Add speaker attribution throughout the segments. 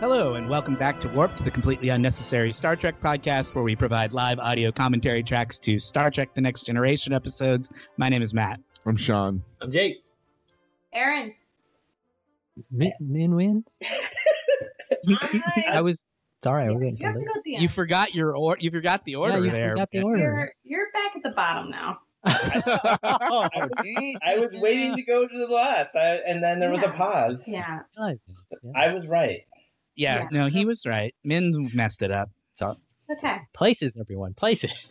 Speaker 1: Hello, and welcome back to Warp to the completely unnecessary Star Trek podcast, where we provide live audio commentary tracks to Star Trek The Next Generation episodes. My name is Matt.
Speaker 2: I'm Sean.
Speaker 3: I'm Jake.
Speaker 4: Aaron.
Speaker 5: Min, min Win? I
Speaker 4: Hi.
Speaker 5: was sorry. I was
Speaker 4: You have to go at the end.
Speaker 1: You forgot your or you forgot the order
Speaker 5: you
Speaker 1: there.
Speaker 5: forgot the order.
Speaker 4: You're, you're back at the bottom now.
Speaker 2: Uh,
Speaker 5: Oh,
Speaker 3: I was, I was waiting to go to the last, I, and then there was a
Speaker 4: Yeah.
Speaker 3: pause.
Speaker 4: Yeah.
Speaker 5: I realized that, yeah.
Speaker 3: I was right.
Speaker 1: Yeah,
Speaker 4: Yeah.
Speaker 1: no, he was right. Min messed it up.
Speaker 4: Okay.
Speaker 5: places, everyone. Places.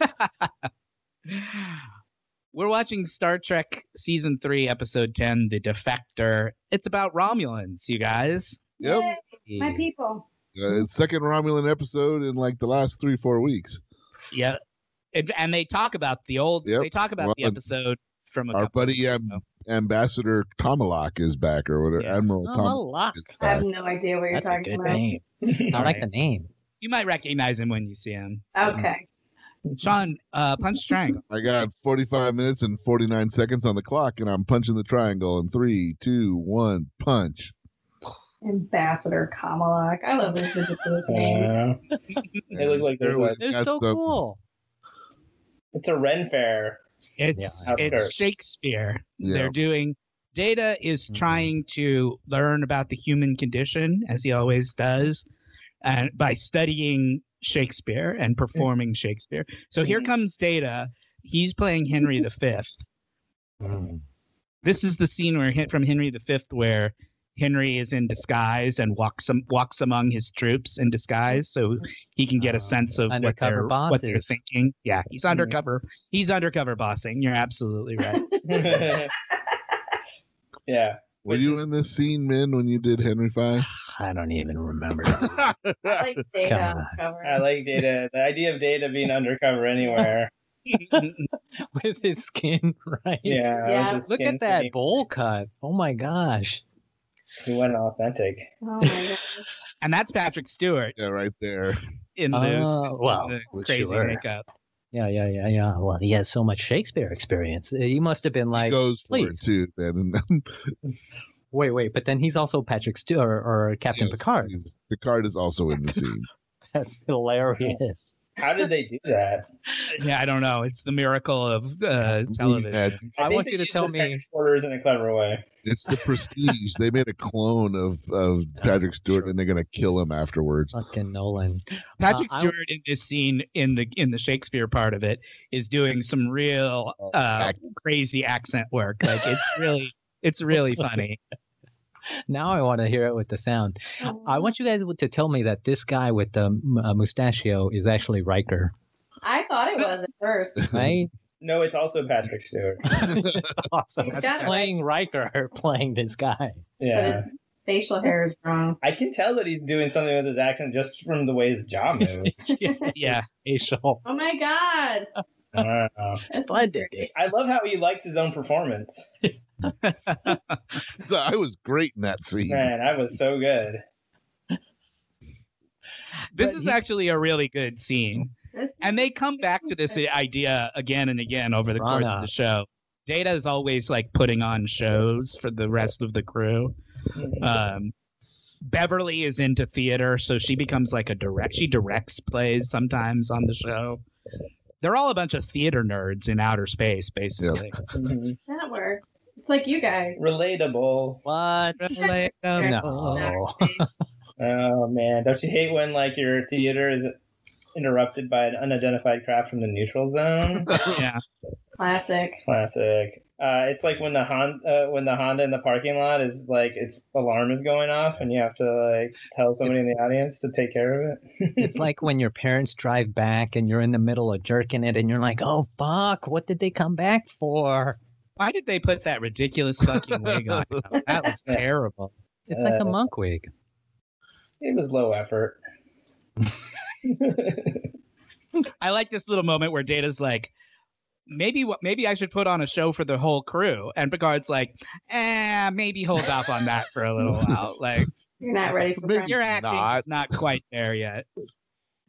Speaker 1: We're watching Star Trek season three, episode ten, The Defector. It's about Romulans, you guys.
Speaker 2: Yep.
Speaker 4: Yay, My people.
Speaker 2: Uh, second Romulan episode in like the last three, four weeks.
Speaker 1: Yeah, and, and they talk about the old.
Speaker 2: Yep.
Speaker 1: They talk about the
Speaker 2: Well,
Speaker 1: episode from a
Speaker 2: our
Speaker 1: couple
Speaker 2: buddy,
Speaker 1: years
Speaker 2: um,
Speaker 1: ago.
Speaker 2: Ambassador Tomalak is back, or whatever.
Speaker 1: Yeah.
Speaker 2: Admiral
Speaker 5: Oh,
Speaker 2: Tomalak
Speaker 5: lock.
Speaker 2: is
Speaker 4: I have
Speaker 2: back.
Speaker 4: no idea what you're
Speaker 5: That's a
Speaker 4: talking
Speaker 5: good
Speaker 4: about.
Speaker 5: name. I
Speaker 1: All
Speaker 5: like
Speaker 1: right.
Speaker 5: the name.
Speaker 1: You might recognize him when you see him.
Speaker 4: Okay.
Speaker 1: Sean, uh, punch triangle.
Speaker 2: I got 45 minutes and 49 seconds on the clock, and I'm punching the triangle in three, two, one, punch.
Speaker 4: Ambassador Kamalak. I love those ridiculous
Speaker 5: Uh,
Speaker 4: names.
Speaker 2: They
Speaker 3: look like those, uh,
Speaker 5: It's so cool.
Speaker 3: It's a Ren Fair.
Speaker 1: It's
Speaker 3: Yeah, I-
Speaker 1: it's Shakespeare.
Speaker 2: Yeah.
Speaker 1: They're doing. Data is
Speaker 5: Mhm.
Speaker 1: trying to learn about the human condition as he always does, and by studying Shakespeare and performing Shakespeare. So here
Speaker 3: Mhm.
Speaker 1: comes Data. He's playing Henry V. This is the scene where Hen- from Henry V where Henry is in disguise and walks am- walks among his troops in disguise, so he can get a
Speaker 5: Uh,
Speaker 1: sense of what
Speaker 5: undercover
Speaker 1: they're what they're
Speaker 5: bosses.
Speaker 1: thinking. Yeah, he's undercover. He's undercover bossing. You're absolutely right.
Speaker 3: yeah.
Speaker 2: Were you in this scene, Min, when you did Henry Five?
Speaker 5: I don't even remember.
Speaker 4: I like data
Speaker 5: Come on.
Speaker 4: cover.
Speaker 3: I like data. The idea of data being undercover anywhere.
Speaker 5: With his skin, right?
Speaker 3: Yeah. it
Speaker 4: Yeah.
Speaker 3: was a
Speaker 5: Look
Speaker 3: skin
Speaker 5: at that
Speaker 3: thing.
Speaker 5: bowl cut. Oh my gosh.
Speaker 3: He went authentic.
Speaker 4: oh my god.
Speaker 1: and that's Patrick Stewart
Speaker 2: Yeah, right there.
Speaker 1: in the,
Speaker 5: Uh, well,
Speaker 1: the crazy
Speaker 5: sure.
Speaker 1: makeup.
Speaker 5: Yeah, yeah, yeah, yeah. Well, he has so much Shakespeare experience. He must have been like,
Speaker 2: Goes for it
Speaker 5: please.
Speaker 2: too, then.
Speaker 5: wait, wait. But then he's also Patrick Stewart or, or Captain
Speaker 2: Yes,
Speaker 5: Picard.
Speaker 2: he's- Picard is also in the scene.
Speaker 5: That's hilarious.
Speaker 3: How did they do that?
Speaker 1: Yeah, I don't know. It's the miracle of uh, television.
Speaker 2: had-
Speaker 5: I
Speaker 3: think
Speaker 5: want
Speaker 3: they
Speaker 5: you to
Speaker 3: used
Speaker 5: tell
Speaker 3: the
Speaker 5: me-
Speaker 3: transporters in a clever way.
Speaker 2: It's the prestige. they made a clone of, of Patrick Stewart
Speaker 5: sure.
Speaker 2: and they're gonna kill him afterwards.
Speaker 5: Fucking Nolan.
Speaker 1: Patrick
Speaker 5: Uh, I-
Speaker 1: Stewart in this scene in the in the Shakespeare part of it is doing some real
Speaker 2: Oh,
Speaker 1: uh,
Speaker 2: act-
Speaker 1: crazy accent work. Like it's really it's really funny.
Speaker 5: Now I want to hear it with the sound. I want you guys to tell me that this guy with the m- uh, mustachio is actually Riker,
Speaker 4: I thought it was at first.
Speaker 5: right?
Speaker 3: No, it's also Patrick Stewart.
Speaker 5: awesome.
Speaker 4: He's got a
Speaker 5: playing Riker, playing this guy.
Speaker 4: But
Speaker 3: Yeah.
Speaker 4: his facial hair is wrong.
Speaker 3: I can tell that he's doing something with his accent just from the way his jaw moves.
Speaker 1: Yeah,
Speaker 5: Facial.
Speaker 4: Oh my god.
Speaker 3: I don't know.
Speaker 4: This is
Speaker 5: Splendid.
Speaker 4: great.
Speaker 3: I love how he likes his own performance.
Speaker 2: So I was great in that scene.
Speaker 3: Man, I was so good.
Speaker 1: this
Speaker 5: But
Speaker 1: is
Speaker 5: he-
Speaker 1: actually a really good scene,
Speaker 4: This-
Speaker 1: and they come back to this idea again and again over the course of
Speaker 5: Rana.
Speaker 1: the show. Data is always like putting on shows for the rest of the crew. Um, Beverly is into theater, so she becomes like a direct. She directs plays sometimes on the show. They're all a bunch of theater nerds in outer space, basically.
Speaker 3: Mhm.
Speaker 4: that works. It's like you guys.
Speaker 3: Relatable.
Speaker 5: What?
Speaker 1: Like, um,
Speaker 5: No.
Speaker 3: Oh man, don't you hate when like your theater is interrupted by an unidentified craft from the neutral zone?
Speaker 1: yeah.
Speaker 4: Classic.
Speaker 3: Classic. Uh, it's like when the Honda uh, when the Honda in the parking lot is like its alarm is going off and you have to like tell somebody in the audience to take care of it.
Speaker 5: It's like when your parents drive back and you're in the middle of jerking it and you're like, oh, fuck, what did they come back for?
Speaker 1: Why did they put that ridiculous fucking wig on? That was terrible.
Speaker 5: It's like
Speaker 3: Uh,
Speaker 5: a monk wig.
Speaker 3: it was low effort.
Speaker 1: I like this little moment where Data's like, maybe what maybe I should put on a show for the whole crew, and Picard's like, eh, maybe hold off on that for a little while. Like
Speaker 4: You're not ready for
Speaker 2: Maybe
Speaker 4: French.
Speaker 1: your acting is not quite there yet.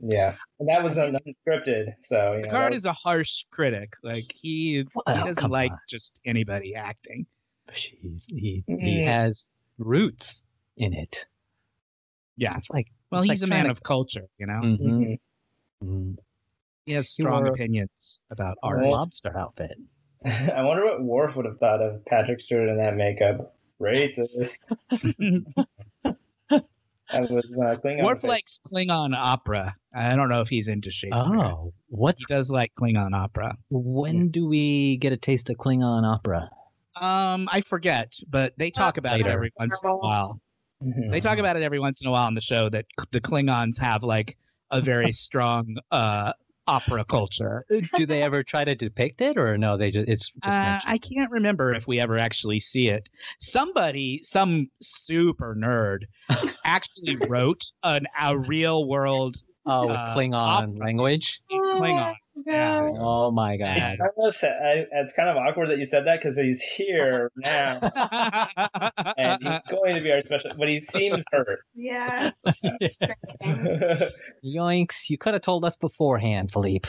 Speaker 3: yeah, and that was un- unscripted. So you know,
Speaker 1: Picard
Speaker 3: that
Speaker 1: is a harsh critic. Like he,
Speaker 5: Well,
Speaker 1: he doesn't
Speaker 5: Oh, come
Speaker 1: like
Speaker 5: on.
Speaker 1: just anybody acting.
Speaker 5: Jeez, he,
Speaker 3: Mm.
Speaker 5: he has roots in it.
Speaker 1: Yeah.
Speaker 5: It's like,
Speaker 1: Well,
Speaker 5: It's
Speaker 1: he's
Speaker 5: like
Speaker 1: a man
Speaker 5: trying to-
Speaker 1: of culture, you know.
Speaker 5: Mhm.
Speaker 3: Mhm.
Speaker 5: Mhm.
Speaker 1: He has
Speaker 5: He
Speaker 1: strong
Speaker 5: wore-
Speaker 1: opinions about
Speaker 5: Our
Speaker 1: art.
Speaker 3: Right.
Speaker 5: lobster outfit.
Speaker 3: I wonder what Worf would have thought of Patrick Stewart in that makeup. Racist. That was uh, Klingon.
Speaker 1: Worf
Speaker 3: face.
Speaker 1: likes Klingon opera. I don't know if he's into Shakespeare.
Speaker 5: Oh, what's
Speaker 1: He does like Klingon opera.
Speaker 5: when do we get a taste of Klingon opera?
Speaker 1: Um, I forget, but they talk about it
Speaker 5: Later.
Speaker 1: every once in a while.
Speaker 3: Mhm.
Speaker 1: They talk about it every once in a while on the show that k- the Klingons have like a very strong uh, opera culture.
Speaker 5: do they ever try to depict it, or no? They just it's just
Speaker 1: Uh,
Speaker 5: mentioned.
Speaker 1: I can't remember if we ever actually see it. Somebody, some super nerd, actually wrote an, a real world
Speaker 5: oh with
Speaker 1: uh,
Speaker 5: Klingon
Speaker 1: opera.
Speaker 5: language.
Speaker 4: Oh
Speaker 1: Klingon.
Speaker 4: Yeah.
Speaker 5: Oh my god!
Speaker 3: It's kind, of, sa- I- it's kind of awkward that you said that because he's here now and he's going to be our special, but he seems hurt.
Speaker 4: Yeah.
Speaker 5: Yoinks! You could have told us beforehand, Philippe.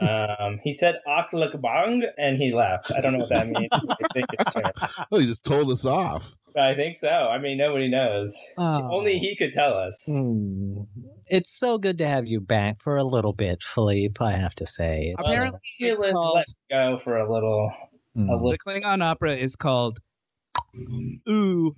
Speaker 3: um, he said "Aklak Bang" and he laughed. I don't know what that means. I think it's fair.
Speaker 2: Oh, he just told us off.
Speaker 3: I think so. I mean, nobody knows.
Speaker 5: Oh.
Speaker 3: Only he could tell us. Um,
Speaker 5: Hmm. It's so good to have you back for a little bit, Philippe. I have to say. It's, uh,
Speaker 1: Apparently,
Speaker 3: Let's
Speaker 1: it's
Speaker 3: let
Speaker 1: called,
Speaker 3: go for a little.
Speaker 5: hmm.
Speaker 3: A little
Speaker 1: the Klingon opera is called Ooh.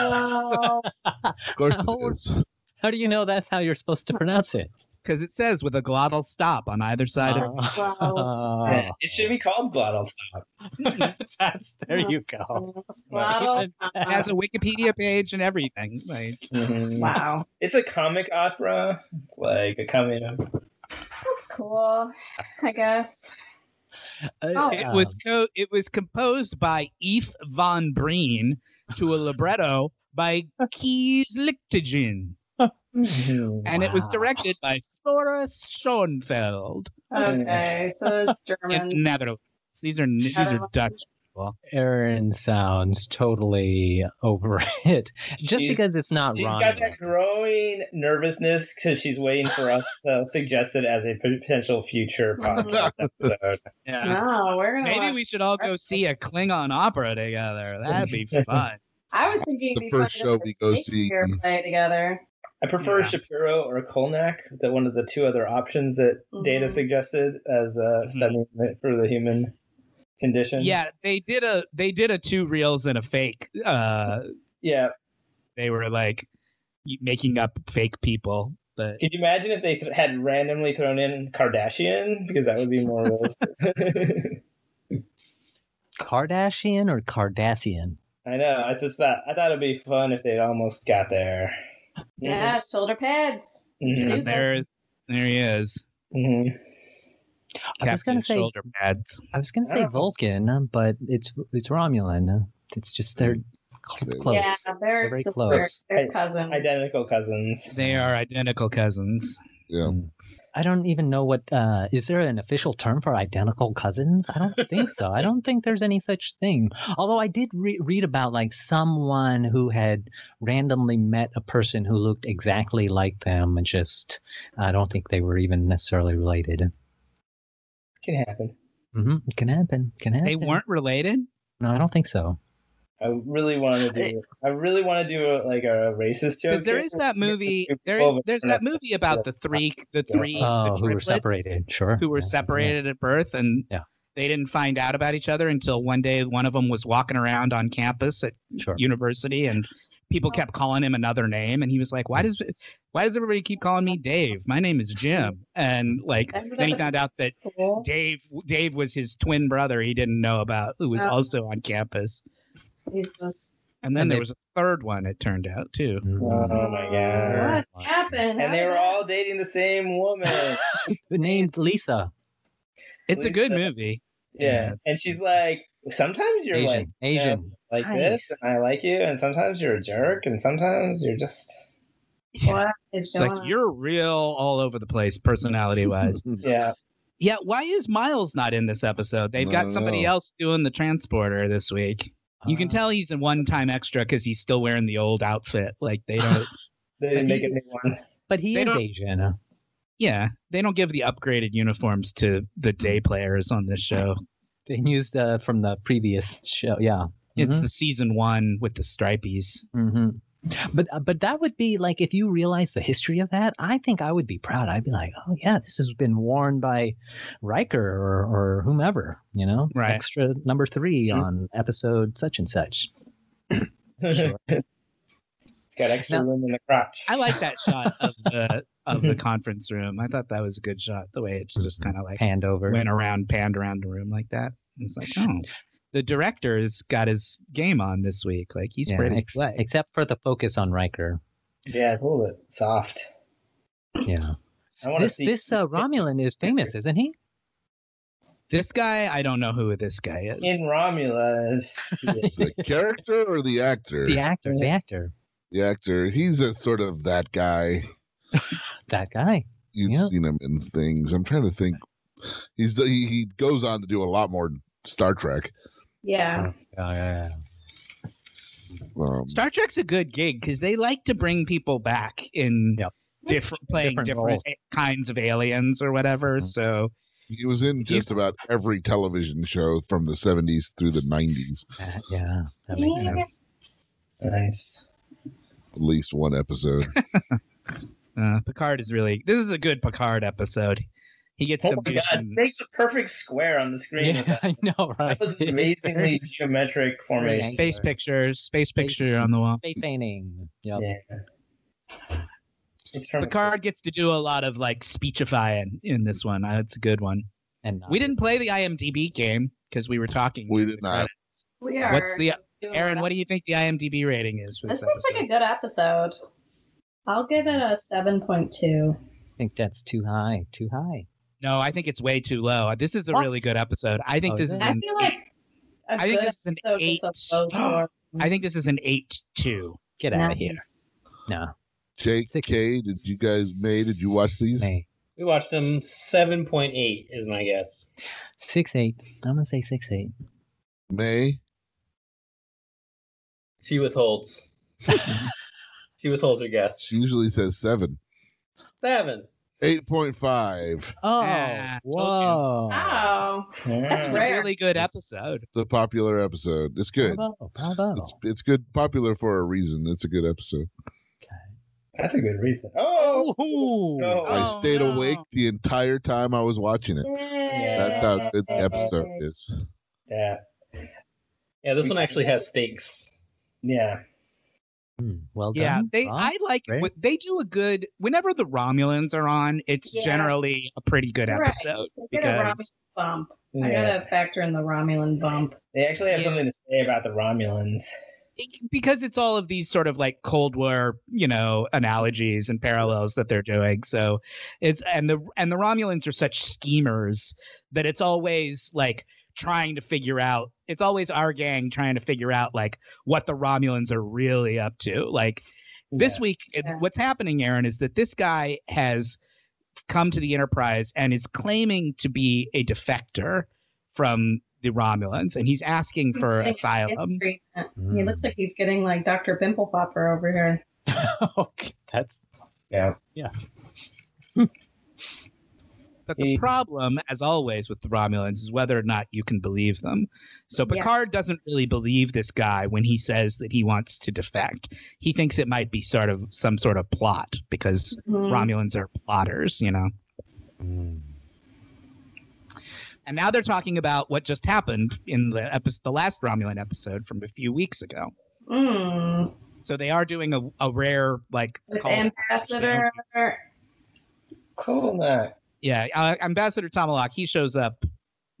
Speaker 4: Oh,
Speaker 2: Of course it
Speaker 5: Oh.
Speaker 2: is.
Speaker 5: How do you know that's how you're supposed to pronounce it?
Speaker 1: Because it says with a glottal stop on either side of
Speaker 5: Oh.
Speaker 3: Yeah, it should be called glottal stop.
Speaker 5: that's there you go.
Speaker 4: bottle
Speaker 5: It
Speaker 4: top.
Speaker 1: it has a Wikipedia page and everything. Like,
Speaker 5: Mm-hmm.
Speaker 4: Wow.
Speaker 3: It's a comic opera. It's like a coming up.
Speaker 4: That's cool, I guess. Oh.
Speaker 1: it was co- it was composed by Eve von Breen to a libretto by Kees Lichtigen,
Speaker 5: Mm-hmm.
Speaker 1: and it was
Speaker 5: Wow.
Speaker 1: directed by Floris Schoenfeld
Speaker 4: Okay, so those Germans.
Speaker 1: in Netherlands. These are these are Dutch.
Speaker 5: Aaron sounds totally over it. Just
Speaker 3: She's-
Speaker 5: because it's not
Speaker 3: She's
Speaker 5: wrong.
Speaker 3: got that growing nervousness because she's waiting for us to suggest it as a potential future podcast episode.
Speaker 1: Yeah.
Speaker 4: No, we're gonna.
Speaker 1: Maybe
Speaker 4: watch-
Speaker 1: we should all go see a Klingon opera together. That'd be fun.
Speaker 4: I was thinking
Speaker 2: the
Speaker 4: it'd be
Speaker 2: first
Speaker 4: fun to
Speaker 2: show
Speaker 4: put
Speaker 2: we go see. Mm.
Speaker 4: Shakespeare play together.
Speaker 3: I prefer
Speaker 1: Yeah.
Speaker 3: Shapiro or Kolnak, the one of the two other options that Data
Speaker 4: Mhm.
Speaker 3: suggested as uh,
Speaker 1: Mhm.
Speaker 3: studying it for the human condition.
Speaker 1: Yeah, they did a they did a two reels and a fake. Uh,
Speaker 3: yeah.
Speaker 1: they were like making up fake people, but
Speaker 3: Could you imagine if they th- had randomly thrown in Kardashian because that would be more realistic.
Speaker 5: Kardashian or Cardassian?
Speaker 3: I know. I just thought I thought it'd be fun if they almost got there. Mm-hmm.
Speaker 4: Yeah, shoulder pads. Let's
Speaker 3: Mhm.
Speaker 4: do
Speaker 1: Yeah, there
Speaker 4: this.
Speaker 1: there he is.
Speaker 3: Mhm.
Speaker 5: I was
Speaker 1: Captain
Speaker 5: gonna say-
Speaker 1: shoulder pads.
Speaker 5: I was going to
Speaker 3: I
Speaker 5: say
Speaker 3: don't know.
Speaker 5: Vulcan, but it's it's Romulan. It's just they're cl-
Speaker 2: Yeah.
Speaker 5: close.
Speaker 4: Yeah, they're,
Speaker 5: very
Speaker 4: sisters.
Speaker 5: close.
Speaker 4: They're
Speaker 3: I-
Speaker 4: cousins.
Speaker 3: Identical cousins.
Speaker 1: They are identical cousins.
Speaker 2: Yeah.
Speaker 5: Hmm. I don't even know what uh is there an official term for identical cousins? I don't think so. I don't think there's any such thing. Although I did re- read about like someone who had randomly met a person who looked exactly like them and just I don't think they were even necessarily related.
Speaker 3: Can happen.
Speaker 5: hmm It can happen. Can happen.
Speaker 1: They weren't related.
Speaker 5: No, I don't think so.
Speaker 3: I really want to do. I really want to do a, like a racist joke.
Speaker 1: Because there is that movie. There is there's that movie about the three the three
Speaker 5: Oh,
Speaker 1: the
Speaker 5: who were
Speaker 1: triplets
Speaker 5: separated? Sure.
Speaker 1: who were
Speaker 5: Yeah, yeah.
Speaker 1: separated at birth and
Speaker 5: Yeah.
Speaker 1: they didn't find out about each other until one day one of them was walking around on campus at
Speaker 5: Sure.
Speaker 1: university and people kept calling him another name and he was like why does why does everybody keep calling me dave my name is jim and like
Speaker 4: Ended up
Speaker 1: then he
Speaker 4: at
Speaker 1: found out that
Speaker 4: school.
Speaker 1: dave dave was his twin brother he didn't know about who was
Speaker 4: Oh.
Speaker 1: also on campus
Speaker 4: Jesus.
Speaker 1: and then
Speaker 5: And
Speaker 1: there
Speaker 5: they-
Speaker 1: was a third one it turned out too
Speaker 5: Mhm.
Speaker 3: Oh my god!
Speaker 4: What happened?
Speaker 3: And they were all dating the same woman.
Speaker 5: Named Lisa.
Speaker 1: it's a good
Speaker 3: Lisa.
Speaker 1: movie
Speaker 3: Yeah,
Speaker 1: Yeah.
Speaker 3: and she's like, sometimes you're
Speaker 5: Asian.
Speaker 3: like you know,
Speaker 5: Asian.
Speaker 3: like
Speaker 5: Nice.
Speaker 3: this, and I like you, and sometimes you're a jerk, and sometimes you're just
Speaker 4: What is
Speaker 1: it's like
Speaker 4: going on?
Speaker 1: you're real all over the place personality wise
Speaker 3: yeah.
Speaker 1: yeah why is miles not in this episode they've
Speaker 2: I
Speaker 1: got
Speaker 2: don't
Speaker 1: somebody
Speaker 2: know.
Speaker 1: else doing the transporter this week you can
Speaker 5: Ah.
Speaker 1: tell he's a one-time extra because he's still wearing the old outfit. Like they don't,
Speaker 3: They didn't make a new one.
Speaker 5: But he
Speaker 1: They
Speaker 5: is
Speaker 1: don't-
Speaker 5: Asian.
Speaker 1: yeah, they don't give the upgraded uniforms to the day players on this show.
Speaker 5: They used
Speaker 1: Mm-hmm.
Speaker 5: uh, from the previous show. Yeah.
Speaker 1: It's the season one with the stripies.
Speaker 5: hmm But uh, but that would be like if you realize the history of that, I think I would be proud. I'd be like, oh yeah, this has been worn by Riker or, or whomever, you know,
Speaker 1: Right. Mm-hmm.
Speaker 5: extra number 3
Speaker 3: Mhm.
Speaker 5: on episode such and such.
Speaker 1: Sure.
Speaker 3: It's got extra
Speaker 5: Now-
Speaker 3: room in the crotch.
Speaker 1: I like that shot of the of
Speaker 5: Mm-hmm.
Speaker 1: the conference room. I thought that was a good shot. The way it's just kind of like
Speaker 5: Panned over.
Speaker 1: went around, panned around the room like that. It's like, oh, the director's got his game on this week. Like he's
Speaker 5: Yeah,
Speaker 1: ready to
Speaker 5: ex-
Speaker 1: play.
Speaker 5: except for the focus on Riker.
Speaker 3: yeah, it's a little bit soft.
Speaker 5: Yeah.
Speaker 3: I want to
Speaker 5: This
Speaker 3: see
Speaker 5: this uh, Romulan is famous, isn't he?
Speaker 1: this guy, I don't know who this guy is.
Speaker 3: in Romula. is-
Speaker 2: The character or the actor?
Speaker 5: The actor, the actor,
Speaker 2: The actor. He's a sort of that guy.
Speaker 5: that guy.
Speaker 2: You've
Speaker 5: Yeah.
Speaker 2: seen him in things. I'm trying to think. He's the, he, he goes on to do a lot more Star Trek.
Speaker 4: Yeah.
Speaker 5: Yeah, yeah, yeah.
Speaker 2: Um,
Speaker 1: Star Trek's a good gig because they like to bring people back in
Speaker 5: Yep.
Speaker 1: different playing
Speaker 5: Different
Speaker 1: different,
Speaker 5: roles.
Speaker 1: a- kinds of aliens or whatever.
Speaker 5: Mhm.
Speaker 1: So
Speaker 2: he was in just about every television show from the 70s through the 90s.
Speaker 5: That- yeah, that makes sense.
Speaker 3: nice.
Speaker 2: At least one episode.
Speaker 1: uh, Picard is really this is a good Picard episode. He gets
Speaker 3: Oh
Speaker 1: to
Speaker 3: my
Speaker 1: do
Speaker 3: god!
Speaker 1: some-
Speaker 3: It makes a perfect square on the screen. with
Speaker 5: Yeah,
Speaker 3: that.
Speaker 5: I know, right?
Speaker 3: That was an amazingly geometric formation.
Speaker 1: space pictures, space picture on the wall.
Speaker 5: Face painting. Yep.
Speaker 3: Yeah. It's from
Speaker 1: Picard gets to do a lot of like speechifying in this one. Uh, It's a good one.
Speaker 5: And
Speaker 1: We
Speaker 5: not-
Speaker 1: didn't play the IMDb game because we were talking.
Speaker 2: We
Speaker 1: during
Speaker 2: did
Speaker 1: the
Speaker 2: not.
Speaker 1: credits.
Speaker 4: We are.
Speaker 1: What's the
Speaker 4: doing
Speaker 1: Aaron?
Speaker 4: well.
Speaker 1: What do you think the IMDb rating is for
Speaker 4: This
Speaker 1: this,
Speaker 4: looks like a
Speaker 1: episode?
Speaker 4: good episode. I'll give it a 7.2.
Speaker 5: think that's too high. Too high.
Speaker 1: no, I think it's way too low. This is a
Speaker 5: What?
Speaker 1: really good episode. I think
Speaker 5: Oh,
Speaker 1: this
Speaker 5: is
Speaker 1: is
Speaker 5: it?
Speaker 4: I
Speaker 1: an
Speaker 4: feel like a
Speaker 1: I
Speaker 4: good
Speaker 1: think this is an
Speaker 4: episode gets a low
Speaker 1: eight.
Speaker 4: score.
Speaker 1: I think this is an eight two.
Speaker 5: Get out of here.
Speaker 4: Nice.
Speaker 5: No.
Speaker 2: Jake,
Speaker 5: Six.
Speaker 2: Kay, did you guys, May, did you watch these?
Speaker 5: Hey,
Speaker 6: We watched them 7.8 is my guess.
Speaker 5: six eight. I'm gonna say six eight.
Speaker 2: May?
Speaker 6: She withholds. she withholds her guess.
Speaker 2: She usually says seven.
Speaker 6: Seven.
Speaker 2: 8.5.
Speaker 5: Oh,
Speaker 1: Ah, told you.
Speaker 5: whoa.
Speaker 2: Ah.
Speaker 4: Wow.
Speaker 1: This is a
Speaker 4: Rare.
Speaker 1: really good
Speaker 2: Yes.
Speaker 1: episode.
Speaker 2: It's a popular episode. It's good.
Speaker 1: Oh,
Speaker 5: Bravo, bravo.
Speaker 2: It's it's good, popular for a reason. It's a good episode.
Speaker 3: That's a good reason. Oh, no.
Speaker 2: I
Speaker 1: Oh,
Speaker 2: stayed
Speaker 1: no.
Speaker 2: awake the entire time I was watching it. That's how good the episode is.
Speaker 3: yeah,
Speaker 6: Yeah, this one actually has stakes.
Speaker 3: yeah.
Speaker 5: Hmm, well done.
Speaker 1: Yeah, they.
Speaker 5: Rob.
Speaker 1: I like.
Speaker 5: Great.
Speaker 1: what- They do a good. Whenever the Romulans are on, it's
Speaker 4: Yeah.
Speaker 1: generally a pretty good
Speaker 4: Right.
Speaker 1: episode
Speaker 4: They get a Romulan
Speaker 1: because
Speaker 4: bump. I
Speaker 3: yeah.
Speaker 4: gotta factor in the Romulan bump.
Speaker 3: They actually have
Speaker 1: Yeah.
Speaker 3: something to say about the Romulans.
Speaker 1: it- because it's all of these sort of like Cold War, you know, analogies and parallels that they're doing. So it's and the and the Romulans are such schemers that it's always like trying to figure out it's always our gang trying to figure out like what the Romulans are really up to. Like this week it-
Speaker 4: Yeah.
Speaker 1: what's happening Aaron is that this guy has come to the Enterprise and is claiming to be a defector from the Romulans and he's asking for
Speaker 4: He's getting
Speaker 1: asylum.
Speaker 4: skin treatment. He
Speaker 2: Mm.
Speaker 5: Hmm.
Speaker 4: looks like he's getting like Dr. Pimple Popper over here.
Speaker 5: okay, that's
Speaker 3: Yeah.
Speaker 1: But the
Speaker 3: Yeah.
Speaker 1: problem, as always, with the Romulans is whether or not you can believe them. So
Speaker 4: Yeah.
Speaker 1: Picard doesn't really believe this guy when he says that he wants to defect. He thinks it might be sort of some sort of plot because
Speaker 4: Mhm.
Speaker 1: Romulans are plotters, you know.
Speaker 5: Hmm.
Speaker 1: And now they're talking about what just happened in the episode, the last Romulan episode from a few weeks ago.
Speaker 4: Mm.
Speaker 1: So they are doing a, a rare like
Speaker 4: With
Speaker 1: call-
Speaker 4: Ambassador.
Speaker 3: Cool. Not.
Speaker 1: yeah uh, Ambassador Tomalak. He shows up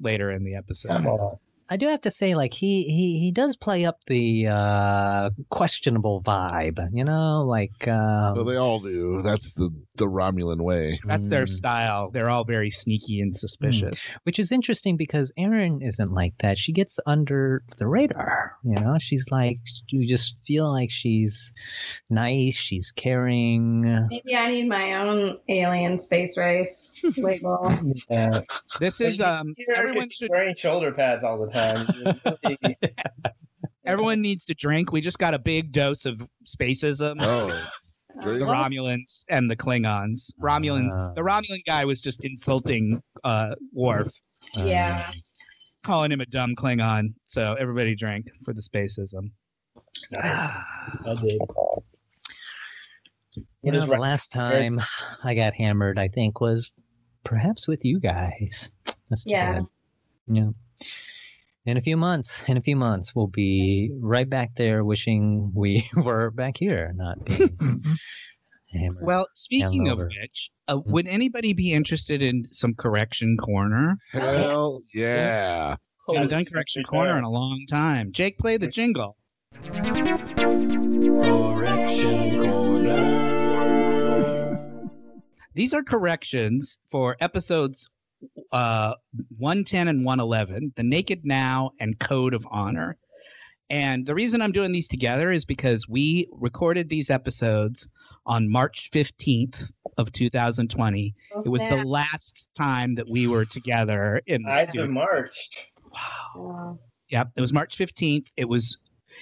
Speaker 1: later in the episode.
Speaker 3: Come on.
Speaker 5: I do have to say, like he he he does play up the uh questionable vibe, you know, like um,
Speaker 2: Well, they all do. That's the the Romulan way.
Speaker 1: That's their
Speaker 4: Mm.
Speaker 5: hmm.
Speaker 1: style. They're all very sneaky and suspicious.
Speaker 5: which is interesting because Erin isn't like that. She gets under the radar, you know. She's like you just feel like she's nice, she's caring.
Speaker 4: Maybe I need my own alien space race label. Uh,
Speaker 3: Yeah.
Speaker 1: This
Speaker 3: You
Speaker 1: is
Speaker 3: can
Speaker 1: um
Speaker 3: see her 'cause
Speaker 1: everyone
Speaker 3: she's
Speaker 1: should
Speaker 3: wearing shoulder pads all the time.
Speaker 1: everyone needs to drink. We just got a big dose of spacism.
Speaker 2: Oh,
Speaker 1: The
Speaker 2: What?
Speaker 1: Romulans and the Klingons. Romulan
Speaker 5: Ah.
Speaker 1: the Romulan guy was just insulting uh Worf,
Speaker 5: Um,
Speaker 4: Yeah.
Speaker 1: calling him a dumb Klingon. So everybody drank for the spacism.
Speaker 3: nice.
Speaker 6: I did.
Speaker 5: You
Speaker 6: What
Speaker 5: know,
Speaker 6: is
Speaker 5: the
Speaker 6: right-
Speaker 5: last time I got hammered, I think, was perhaps with you guys. That's too
Speaker 4: Yeah.
Speaker 5: bad. Yeah. In a few months, in a few months, we'll be right back there wishing we were back here, not being hammered.
Speaker 1: Well, speaking of
Speaker 5: Hangover.
Speaker 1: which, uh, would anybody be interested in some correction corner?
Speaker 2: Hell
Speaker 1: I
Speaker 2: yeah.
Speaker 6: Holy
Speaker 1: haven't done
Speaker 6: shit,
Speaker 1: correction
Speaker 6: right
Speaker 1: corner
Speaker 6: there.
Speaker 1: in a long time. Jake, play the jingle. These are corrections for episodes uh, 110 and 111, The Naked Now and Code of Honor. And the reason I'm doing these together is because we recorded these episodes on March 15th of 2020. It was the last time that we were together in the
Speaker 3: Ides of
Speaker 1: studio.
Speaker 3: March.
Speaker 4: Wow.
Speaker 1: Yep, it was March 15th. It was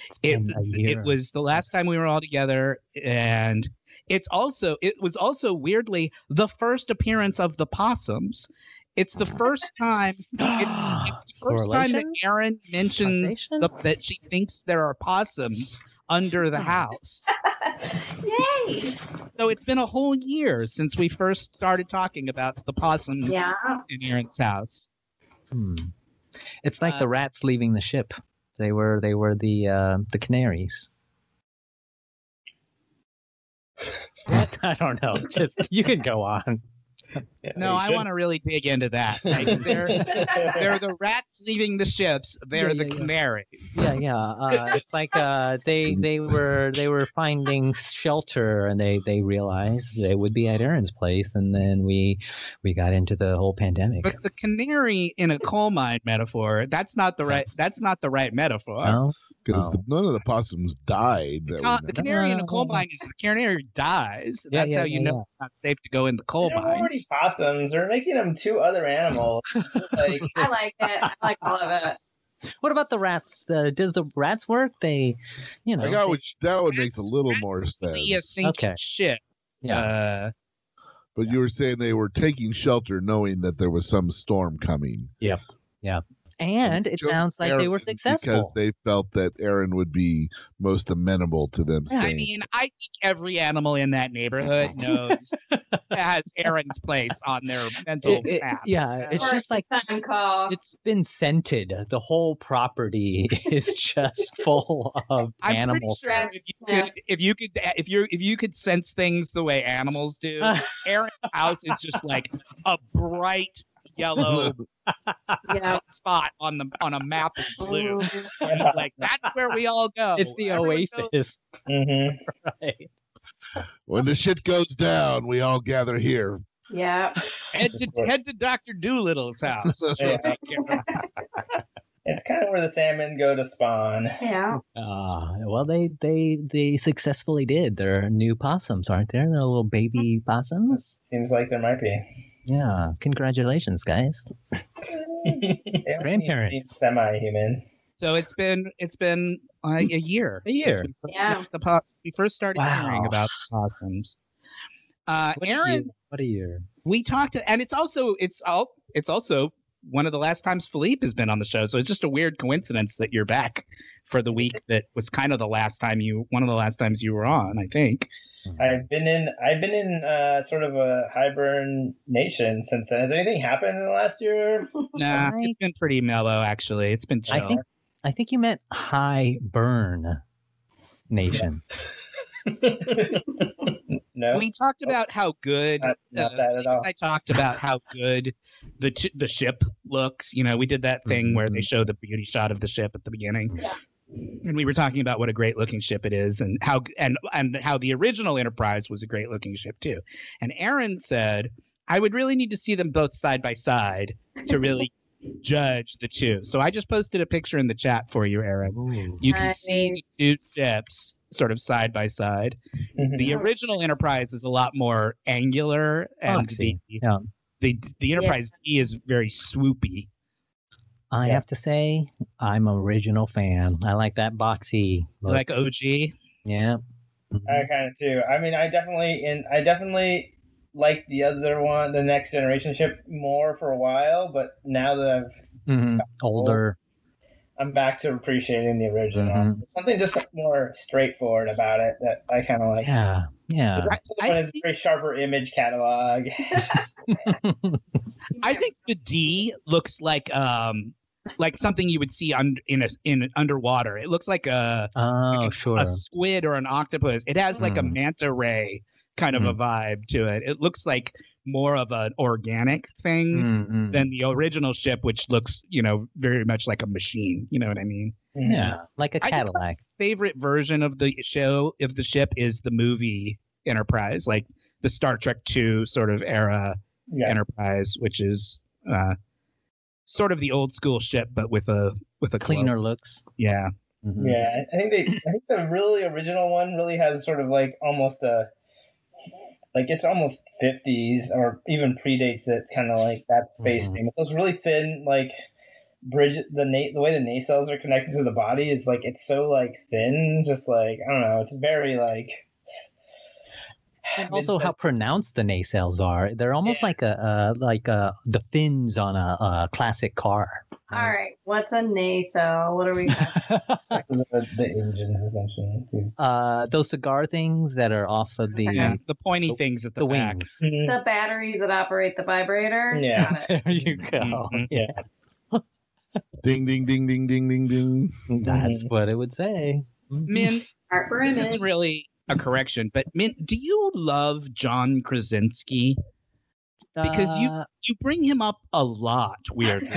Speaker 5: It's
Speaker 1: it,
Speaker 5: been a
Speaker 1: it
Speaker 5: year.
Speaker 1: was the last time we were all together and it's also it was also weirdly the first appearance of the possums it's the first time it's, it's the first time that
Speaker 5: Correlation?
Speaker 1: Erin mentions
Speaker 5: Causation?
Speaker 1: the, that she thinks there are possums under the
Speaker 5: Stop.
Speaker 1: house
Speaker 4: Yay!
Speaker 1: so it's been a whole year since we first started talking about the possums
Speaker 4: Yeah.
Speaker 1: in Erin's house
Speaker 5: Hmm. It's like
Speaker 1: Uh,
Speaker 5: the rats leaving the ship. They were they were the uh, the canaries. What? I don't know. Just you can go on.
Speaker 6: Yeah,
Speaker 1: no
Speaker 6: you
Speaker 1: I
Speaker 6: should.
Speaker 1: want to really dig into that like, they're they're the rats leaving the ships they're
Speaker 5: Yeah,
Speaker 1: the
Speaker 5: yeah, yeah.
Speaker 1: canaries
Speaker 5: Yeah, yeah. Uh, it's like uh, they they were they were finding shelter, and they they realized they would be at Aaron's place, and then we we got into the whole pandemic.
Speaker 1: But the canary in a coal mine metaphor, that's not the right that's not the right metaphor.
Speaker 5: No?
Speaker 2: Because
Speaker 5: Oh.
Speaker 2: none of the possums died. That
Speaker 1: Ca- the
Speaker 2: we know.
Speaker 1: canary in a coal
Speaker 5: No.
Speaker 1: mine is the canary dies.
Speaker 5: Yeah,
Speaker 1: That's
Speaker 5: yeah,
Speaker 1: how
Speaker 5: yeah,
Speaker 1: you know
Speaker 5: yeah.
Speaker 1: it's not safe to go in the coal
Speaker 3: They're
Speaker 1: mine.
Speaker 3: already possums. They're making them two other animals. like
Speaker 4: I like it. I like all of it.
Speaker 5: What about the rats? Uh, does the rats work? They, you know,
Speaker 2: I got
Speaker 5: they-
Speaker 2: what you- that would make a
Speaker 1: Rats-
Speaker 2: little
Speaker 1: rats
Speaker 2: more
Speaker 1: Flee a
Speaker 2: sense.
Speaker 1: sinking
Speaker 5: Okay.
Speaker 1: ship.
Speaker 5: yeah.
Speaker 1: Uh,
Speaker 2: But you were saying they were taking shelter knowing that there was some storm coming.
Speaker 5: and it
Speaker 2: Joe
Speaker 5: sounds like they were
Speaker 2: Aaron Because
Speaker 5: successful.
Speaker 2: they felt that Aaron would be most amenable to them
Speaker 5: Yeah,
Speaker 1: I
Speaker 2: staying.
Speaker 1: mean, I think every animal in that neighborhood knows has Aaron's place on their mental
Speaker 5: It- it-
Speaker 1: map.
Speaker 5: yeah, it's
Speaker 4: Or
Speaker 5: just like
Speaker 4: Time call.
Speaker 5: It's been scented. The whole property is just full of
Speaker 1: I'm
Speaker 5: animal
Speaker 1: pretty sure if you, could, if you could if you if you could sense things the way animals do, Aaron's house is just like a bright yellow
Speaker 4: yeah.
Speaker 1: spot on the on a map of blue.
Speaker 3: yeah.
Speaker 1: It's like that's where we all go.
Speaker 5: It's the
Speaker 1: Everyone goes-
Speaker 5: oasis.
Speaker 3: Mhm.
Speaker 5: Right?
Speaker 2: when the shit goes down, we all gather here.
Speaker 4: Yeah.
Speaker 1: Head to head to Doctor Doolittle's house.
Speaker 3: Yeah.
Speaker 1: Take care.
Speaker 3: It's kind of where the salmon go to spawn.
Speaker 4: Yeah.
Speaker 5: Uh, well, they they they successfully did. They're new possums, aren't there? They're little baby possums.
Speaker 3: Seems like there might be.
Speaker 5: Yeah, congratulations, guys.
Speaker 1: Uh,
Speaker 3: They only
Speaker 5: Grandparents.
Speaker 3: seem Semi-human.
Speaker 1: so it's been it's been like a year.
Speaker 5: A year.
Speaker 1: Since we first,
Speaker 4: Yeah.
Speaker 1: the pos- we first started hearing
Speaker 5: Wow.
Speaker 1: about possums. Uh,
Speaker 5: What a year-
Speaker 1: Aaron
Speaker 5: what a year!
Speaker 1: we talked to, and it's also it's all it's also one of the last times Philippe has been on the show. So it's just a weird coincidence that you're back for the week that was kind of the last time you one of the last times you were on, I think.
Speaker 5: hmm,
Speaker 3: I've been in I've been in uh, sort of a hibernation since then. Has anything happened in the last year?
Speaker 1: Nah, it's been pretty mellow actually. It's been chill.
Speaker 5: I think I think you meant high burn nation.
Speaker 3: No,
Speaker 1: we talked
Speaker 5: Oh.
Speaker 1: about how good
Speaker 3: not, not
Speaker 1: uh,
Speaker 3: that at all.
Speaker 1: I talked about how good the ch- the ship looks. You know, we did that thing where
Speaker 3: Mm-hmm.
Speaker 1: they show the beauty shot of the ship at the beginning.
Speaker 4: Yeah.
Speaker 1: And we were talking about what a great looking ship it is and how and and how the original Enterprise was a great looking ship too. And Aaron said, I would really need to see them both side by side to really judge the two. So I just posted a picture in the chat for you, Aaron. You can see the two ships sort of side by side. The
Speaker 5: Mm-hmm.
Speaker 4: Mhm.
Speaker 1: original Enterprise is a lot more angular, and the,
Speaker 5: Foxy. Oh, Yeah.
Speaker 1: the the
Speaker 4: Yeah.
Speaker 1: Enterprise D is very swoopy.
Speaker 5: I
Speaker 3: Yeah.
Speaker 5: have to say, I'm a original fan. I like that boxy
Speaker 1: You
Speaker 5: look.
Speaker 1: Like OG,
Speaker 5: yeah. Mhm.
Speaker 3: I kind of too. I mean, I definitely and I definitely like the other one, the next
Speaker 1: Mm-hmm.
Speaker 3: generation ship, more for a while. But now that I've
Speaker 5: Mhm. Mm-hmm. Older.
Speaker 3: I'm back to appreciating the original.
Speaker 5: Mhm.
Speaker 3: Something just more straightforward about it that I kind of like.
Speaker 5: Yeah. Yeah.
Speaker 3: The rest of the
Speaker 1: I
Speaker 3: one is
Speaker 1: think-
Speaker 3: very sharper image catalog.
Speaker 1: I think the D looks like um like something you would see on in a in underwater. It looks like a
Speaker 5: Oh,
Speaker 1: a
Speaker 5: sure.
Speaker 1: a squid or an octopus. It has like a
Speaker 5: Hmm.
Speaker 1: manta ray kind of a vibe to it. It looks like more of an organic thing
Speaker 5: Mm, mm.
Speaker 1: than the original ship, which looks you know very much like a machine. You know what I mean?
Speaker 5: yeah, like a
Speaker 1: I think my
Speaker 5: Cadillac.
Speaker 1: favorite version of the show of the ship is the movie Enterprise, like the Star Trek Two sort of era.
Speaker 3: Yeah.
Speaker 1: Enterprise, which is uh, sort of the old school ship, but with a with a glow.
Speaker 5: Cleaner looks.
Speaker 1: Yeah,
Speaker 5: Mhm.
Speaker 3: Yeah, I I think they. I think the really original one really has sort of like almost a, like it's almost fifties or even predates it. Kind of like that space
Speaker 5: Mhm.
Speaker 3: thing. With those really thin like bridge. The na- the way the nacelles are connected to the body is like it's so like thin. Just like I don't know. It's very like.
Speaker 5: And also how pronounced the nacelles are. They're almost like a, uh like uh the fins on a, a classic car.
Speaker 4: All right, what's a nacelle? What are we?
Speaker 3: the, the engines essentially. These-
Speaker 5: uh, those cigar things that are off of the
Speaker 1: yeah. The pointy
Speaker 5: The-
Speaker 1: things at the,
Speaker 5: the
Speaker 1: back.
Speaker 5: wings.
Speaker 4: the batteries that operate the vibrator.
Speaker 3: Yeah.
Speaker 4: Got it.
Speaker 5: There you go.
Speaker 1: Mhm.
Speaker 5: Mm-hmm. Yeah,
Speaker 2: Ding, ding, ding, ding, ding, ding, ding.
Speaker 3: Mm-hmm.
Speaker 5: that's what it would say.
Speaker 1: Min,
Speaker 4: Art
Speaker 1: this
Speaker 4: Brennan.
Speaker 1: is really a correction, but Min, do you love John Krasinski? because you-
Speaker 5: Uh,
Speaker 1: You bring him up a lot. Weird.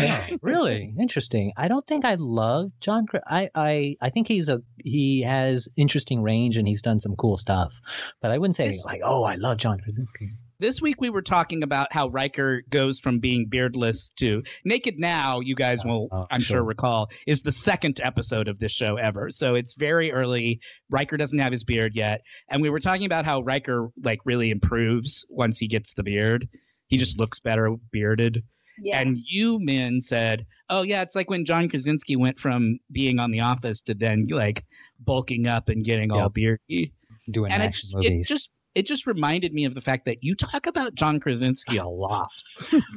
Speaker 5: really interesting. I don't think I love John. Cra- I I I think he's a he has interesting range and he's done some cool stuff, but I wouldn't say
Speaker 1: This-
Speaker 5: like oh I love John Krasinski.
Speaker 1: this week we were talking about how Riker goes from being beardless to naked. Now you guys will,
Speaker 5: Oh,
Speaker 1: I'm sure,
Speaker 5: sure.
Speaker 1: recall is the second episode of this show ever. So it's very early. Riker doesn't have his beard yet, and we were talking about how Riker like really improves once he gets the beard. He just looks better bearded.
Speaker 4: Yeah.
Speaker 1: And you, Min, said, "Oh yeah, it's like when John Krasinski went from being on The Office to then like bulking up and getting all
Speaker 5: Yep.
Speaker 1: beardy."
Speaker 5: Doing
Speaker 1: and it
Speaker 5: action
Speaker 1: just, it
Speaker 5: movies.
Speaker 1: just it just reminded me of the fact that you talk about John Krasinski a lot,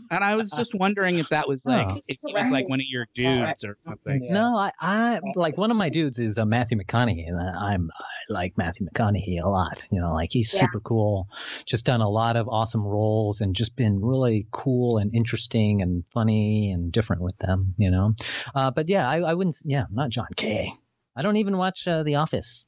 Speaker 1: and I was just wondering if that was like
Speaker 5: Oh.
Speaker 1: if he was like one of your dudes or something.
Speaker 3: Yeah.
Speaker 5: No, I, I like one of my dudes is uh, Matthew McConaughey, and I, I'm I like Matthew McConaughey a lot. You know, like he's
Speaker 4: Yeah.
Speaker 5: super cool, just done a lot of awesome roles, and just been really cool and interesting and funny and different with them. You know, uh, but yeah, I, I wouldn't. Yeah, not John Kay. I don't even watch uh, The Office.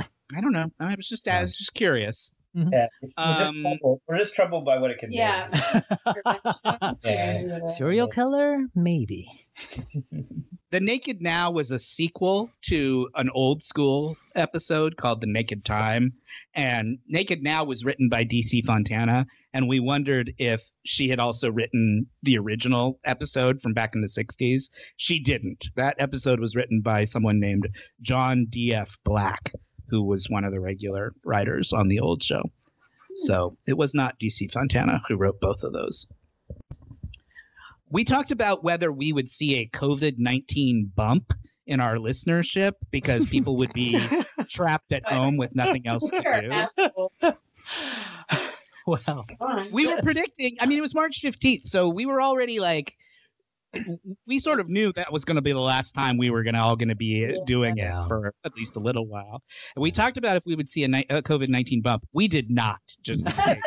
Speaker 1: I don't know. I was just I was just curious.
Speaker 3: Yeah, it's, we're, just
Speaker 1: Um,
Speaker 3: troubled. we're just troubled by what it can
Speaker 4: yeah.
Speaker 3: be.
Speaker 4: Yeah.
Speaker 5: Serial killer, maybe.
Speaker 1: The Naked Now was a sequel to an old school episode called The Naked Time, and Naked Now was written by DC Fontana, and we wondered if she had also written the original episode from back in the '60s. She didn't. That episode was written by someone named John D.F. Black, who was one of the regular writers on the old show. So it was not DC Fontana who wrote both of those. We talked about whether we would see a COVID 19 bump in our listenership because people would be trapped at home with nothing else to
Speaker 4: You're
Speaker 1: do.
Speaker 4: asshole.
Speaker 5: Wow.
Speaker 4: Come on.
Speaker 1: We were predicting, I mean, it was March 15th, so we were already like, we sort of knew that was going to be the last time we were going to all going to be
Speaker 4: Yeah.
Speaker 1: doing it
Speaker 5: Yeah.
Speaker 1: for at least a little while. And we talked about if we would see a, ni- a COVID 19 bump. We did not. Just in case.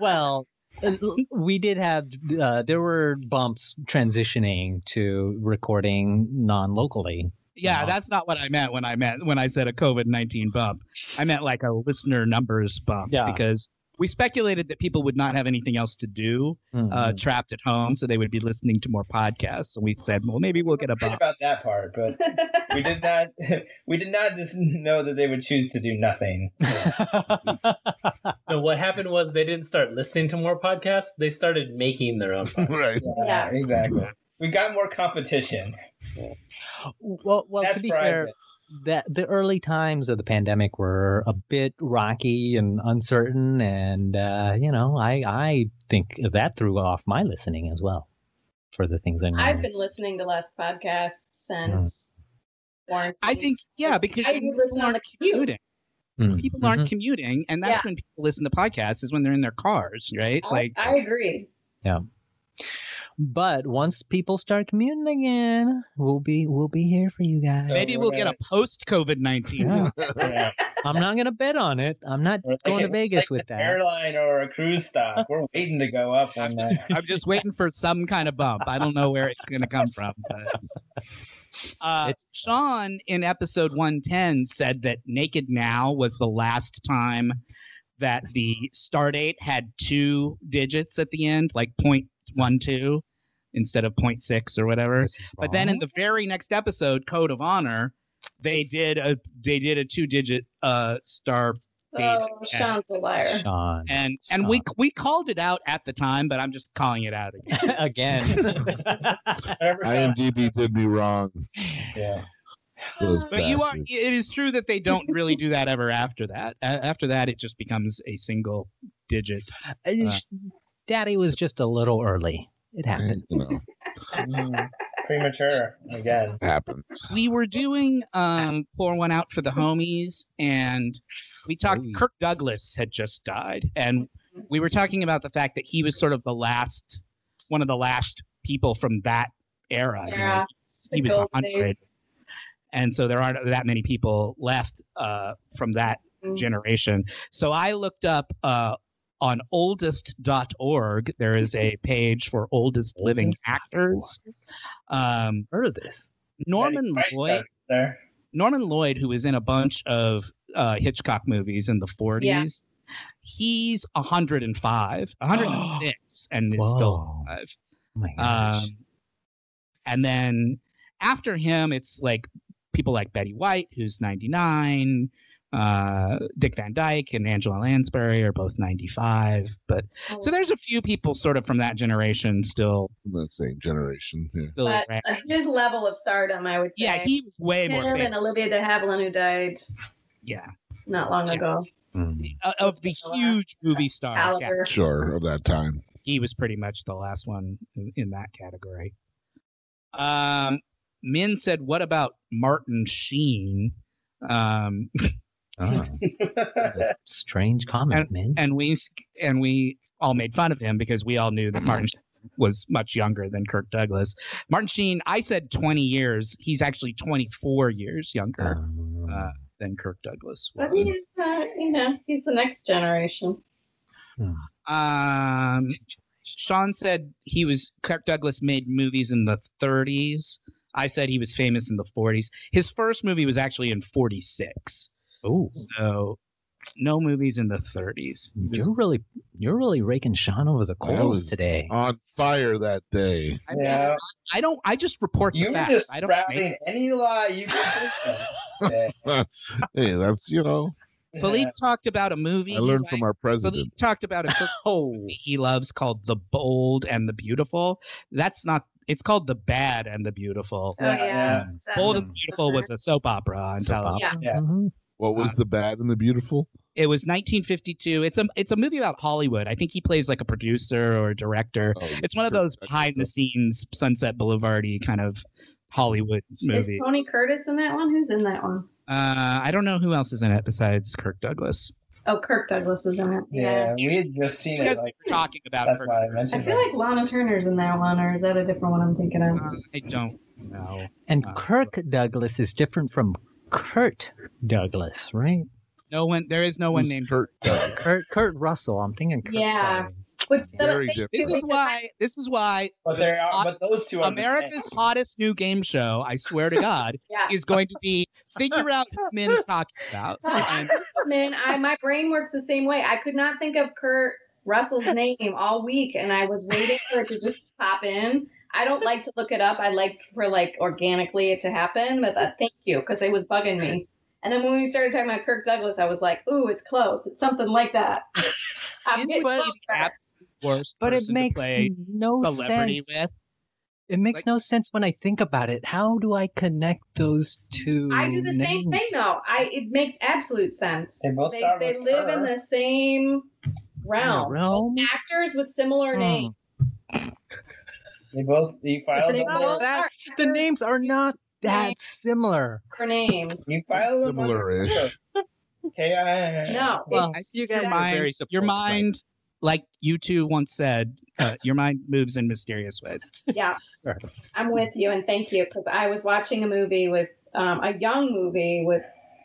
Speaker 5: well uh, l- we did have uh, there were bumps transitioning to recording non-locally
Speaker 1: Yeah,
Speaker 5: Wow.
Speaker 1: that's not what I meant when I meant when I said a COVID nineteen bump. I meant like a listener numbers bump
Speaker 5: Yeah.
Speaker 1: because we speculated that people would not have anything else to do,
Speaker 5: Mm-hmm.
Speaker 1: uh, trapped at home, so they would be listening to more podcasts. And we said, well, maybe we'll get a
Speaker 3: Forget
Speaker 1: bump.
Speaker 3: about that part, but we did not. We did not just know that they would choose to do nothing. Mm-hmm.
Speaker 6: No, what happened was they didn't start listening to more podcasts. They started making their own podcasts.
Speaker 2: Right.
Speaker 4: Yeah.
Speaker 3: exactly. We got more competition.
Speaker 5: well, well
Speaker 3: That's
Speaker 5: to be
Speaker 3: where I
Speaker 5: fair
Speaker 3: went.
Speaker 5: that the early times of the pandemic were a bit rocky and uncertain and uh, you know i i think that threw off my listening as well for the things i know
Speaker 4: I've been listening to less podcasts since quarantine.
Speaker 1: Hmm. I think yeah, because
Speaker 4: I would listen on the commute.
Speaker 1: commuting.
Speaker 5: Hmm. Mm, Mm-hmm.
Speaker 1: People aren't commuting, and that's
Speaker 4: Yeah.
Speaker 1: when people listen to podcasts is when they're in their cars, right?
Speaker 4: I-
Speaker 1: like
Speaker 4: I agree.
Speaker 5: But once people start commuting again, we'll be we'll be here for you guys.
Speaker 1: Maybe
Speaker 3: we're
Speaker 1: we'll get a
Speaker 3: gonna-
Speaker 1: post COVID 19.
Speaker 5: Yeah.
Speaker 3: Yeah.
Speaker 5: I'm not gonna bet on it. I'm not
Speaker 3: We're like
Speaker 5: going to
Speaker 3: an- like
Speaker 5: Vegas with
Speaker 3: an
Speaker 5: that.
Speaker 3: Airline or a cruise stock. We're waiting to go up on that.
Speaker 1: I'm just waiting for some kind of bump. I don't know where it's going to come from. But. Uh,
Speaker 5: It's-
Speaker 1: Sean in episode 110 said that Naked Now was the last time that the start date had two digits at the end, like 0.12 instead of 0.6 or whatever. But then in the very next episode, Code of Honor, they did a they did a two digit uh star
Speaker 4: Oh,
Speaker 1: Yeah.
Speaker 4: Sean's a liar.
Speaker 5: Sean
Speaker 1: and and we we called it out at the time, but I'm just calling it out again.
Speaker 5: again.
Speaker 3: Whatever time-
Speaker 2: IMDb did me wrong.
Speaker 3: yeah.
Speaker 2: Those
Speaker 1: But you are
Speaker 2: bastards.
Speaker 1: it is true that they don't really do that ever after that. A- after that it just becomes a single digit.
Speaker 5: Uh, Daddy was just a little early. It happens.
Speaker 2: You know,
Speaker 3: Mm, Premature again.
Speaker 2: happens.
Speaker 1: We were doing um pour one out for the homies and we talked
Speaker 5: Oh.
Speaker 1: Kirk Douglas had just died and we were talking about the fact that he was sort of the last one of the last people from that era. you know,
Speaker 4: Yeah,
Speaker 1: he
Speaker 4: the
Speaker 1: was a
Speaker 4: golden age.
Speaker 1: hundred. And so there aren't that many people left uh, from that
Speaker 4: Mm.
Speaker 1: generation. So I looked up uh, on oldest.org. There is a page for oldest living
Speaker 5: Oldest.org.
Speaker 1: actors. Um,
Speaker 5: Heard of this?
Speaker 1: Norman
Speaker 3: Betty White's
Speaker 1: Lloyd,
Speaker 3: up There.
Speaker 1: Norman Lloyd, who was in a bunch of uh, Hitchcock movies in the 40s, he's 105, 106, and is still
Speaker 5: Whoa.
Speaker 1: alive.
Speaker 5: Oh my gosh.
Speaker 1: Um, and then after him, it's like people like Betty White, who's 99, uh, Dick Van Dyke and Angela Lansbury are both 95. But
Speaker 4: Oh,
Speaker 1: so there's a few people sort of from that generation still.
Speaker 2: The same generation. Yeah.
Speaker 1: still
Speaker 4: But
Speaker 1: around.
Speaker 4: uh, his level of stardom, I would say.
Speaker 1: Yeah, he was way
Speaker 4: him
Speaker 1: more.
Speaker 4: and
Speaker 1: Famous.
Speaker 4: Olivia De Havilland, who died
Speaker 1: Yeah,
Speaker 4: not long
Speaker 1: Yeah.
Speaker 4: ago.
Speaker 5: Mm.
Speaker 1: Uh, of the huge movie star, yeah,
Speaker 4: Oliver.
Speaker 2: Sure, of that time.
Speaker 1: he was pretty much the last one in, in that category. Um, Min said, "What about Martin Sheen?" Um,
Speaker 5: Oh, strange comment, man.
Speaker 1: and we and we all made fun of him because we all knew that Martin Sheen was much younger than Kirk Douglas. Martin Sheen, I said 20 years. He's actually 24 years younger
Speaker 5: Um,
Speaker 1: uh, than Kirk Douglas
Speaker 4: But he
Speaker 1: was.
Speaker 4: is, uh, you know, he's the next generation.
Speaker 1: Um, Sean said he was Kirk Douglas made movies in the 30s. I said he was famous in the 40s. His first movie was actually in 46.
Speaker 5: oh,
Speaker 1: So no movies in the 30s. He was-
Speaker 5: you're really you're really raking Sean over the coals
Speaker 2: was-
Speaker 5: today.
Speaker 2: On fire that day.
Speaker 1: I'm just-
Speaker 3: Yeah.
Speaker 1: I don't. I just report. the
Speaker 3: You were
Speaker 1: facts.
Speaker 3: just
Speaker 1: I don't make
Speaker 3: sprouting any lie you could think of. Yeah.
Speaker 2: Hey, that's you know.
Speaker 1: Philippe talked about a movie.
Speaker 2: I learned from our president.
Speaker 1: Philippe talked about a Kirk
Speaker 5: Oh,
Speaker 1: he loves called The Bold and the Beautiful. That's not. It's called The Bad and the Beautiful.
Speaker 4: Oh, yeah.
Speaker 5: Mm.
Speaker 4: Exactly.
Speaker 1: Bold and the Beautiful was a soap opera on
Speaker 5: Soap
Speaker 1: television.
Speaker 4: Yeah.
Speaker 3: Yeah.
Speaker 5: Mhm.
Speaker 2: What was the bad and the beautiful?
Speaker 1: It was 1952. It's a it's a movie about Hollywood. I think he plays like a producer or a director.
Speaker 2: Oh,
Speaker 1: It's one of
Speaker 2: sure.
Speaker 1: those
Speaker 2: I guess
Speaker 1: behind the
Speaker 2: so.
Speaker 1: scenes Sunset Boulevardy kind of Hollywood
Speaker 4: Is
Speaker 1: movie.
Speaker 4: Tony Curtis in that one? Who's in that one?
Speaker 1: Uh, I don't know who else is in it besides Kirk Douglas.
Speaker 4: Oh, Kirk Douglas is in it.
Speaker 3: Yeah, we had just seen it.
Speaker 1: Because
Speaker 3: Like,
Speaker 1: we're talking about
Speaker 3: that's
Speaker 1: Kirk
Speaker 3: why I
Speaker 4: I
Speaker 3: mentioned
Speaker 4: feel like Lana Turner's in that one, or is that a different one I'm thinking of?
Speaker 1: Uh, I don't know.
Speaker 5: And
Speaker 1: Uh,
Speaker 5: Kirk Douglas is different from Kurt Douglas, right?
Speaker 1: No one. There is no one
Speaker 2: Who's
Speaker 1: named
Speaker 2: Kurt Douglas?
Speaker 5: Kurt Kurt Russell. I'm thinking. Kurt
Speaker 4: Yeah.
Speaker 5: Douglas.
Speaker 4: Which, so
Speaker 2: Very
Speaker 4: thank you,
Speaker 2: different.
Speaker 1: This is
Speaker 4: because
Speaker 1: why. This is why
Speaker 3: But there are, but those two are the
Speaker 1: America's
Speaker 3: same.
Speaker 1: hottest new game show. I swear to God,
Speaker 4: Yeah.
Speaker 1: is going to be figure out who Min is talking about. And
Speaker 4: Man, I my brain works the same way. I could not think of Kurt Russell's name all week, and I was waiting for it to just pop in. I don't like to look it up. I like for like organically it to happen, but uh, thank you because it was bugging me. And then when we started talking about Kirk Douglas, I was like, "Ooh, it's close. It's something like that." I'm getting
Speaker 5: But-
Speaker 4: closer.
Speaker 1: absolute worst
Speaker 5: But it
Speaker 1: person to
Speaker 5: makes
Speaker 1: play
Speaker 5: no
Speaker 1: celebrity
Speaker 5: sense.
Speaker 1: with.
Speaker 5: It makes
Speaker 1: Like-
Speaker 5: no sense when I think about it. How do I connect those two?
Speaker 4: I do the same
Speaker 5: names?
Speaker 4: thing though. I it makes absolute sense.
Speaker 3: They both
Speaker 4: they,
Speaker 3: start
Speaker 4: they
Speaker 3: with
Speaker 4: live in
Speaker 3: Kerr.
Speaker 4: the same realm.
Speaker 5: realm?
Speaker 4: Actors with similar
Speaker 5: Hmm.
Speaker 4: names.
Speaker 3: They both you filed
Speaker 4: They
Speaker 3: them.
Speaker 4: both
Speaker 3: under-
Speaker 4: are
Speaker 5: That's- The names are not that similar.
Speaker 4: actor names.
Speaker 3: You filed them.
Speaker 2: Similar-ish.
Speaker 3: Okay.
Speaker 4: No,
Speaker 5: Well,
Speaker 4: it's-
Speaker 5: you
Speaker 1: Your
Speaker 5: guys are
Speaker 1: mind.
Speaker 5: very
Speaker 1: your
Speaker 5: supportive, right?
Speaker 1: mind like you two once said, uh, your mind moves in mysterious ways.
Speaker 4: Yeah.
Speaker 1: Sure.
Speaker 4: I'm with you and thank you because I was watching a movie with um, a young movie with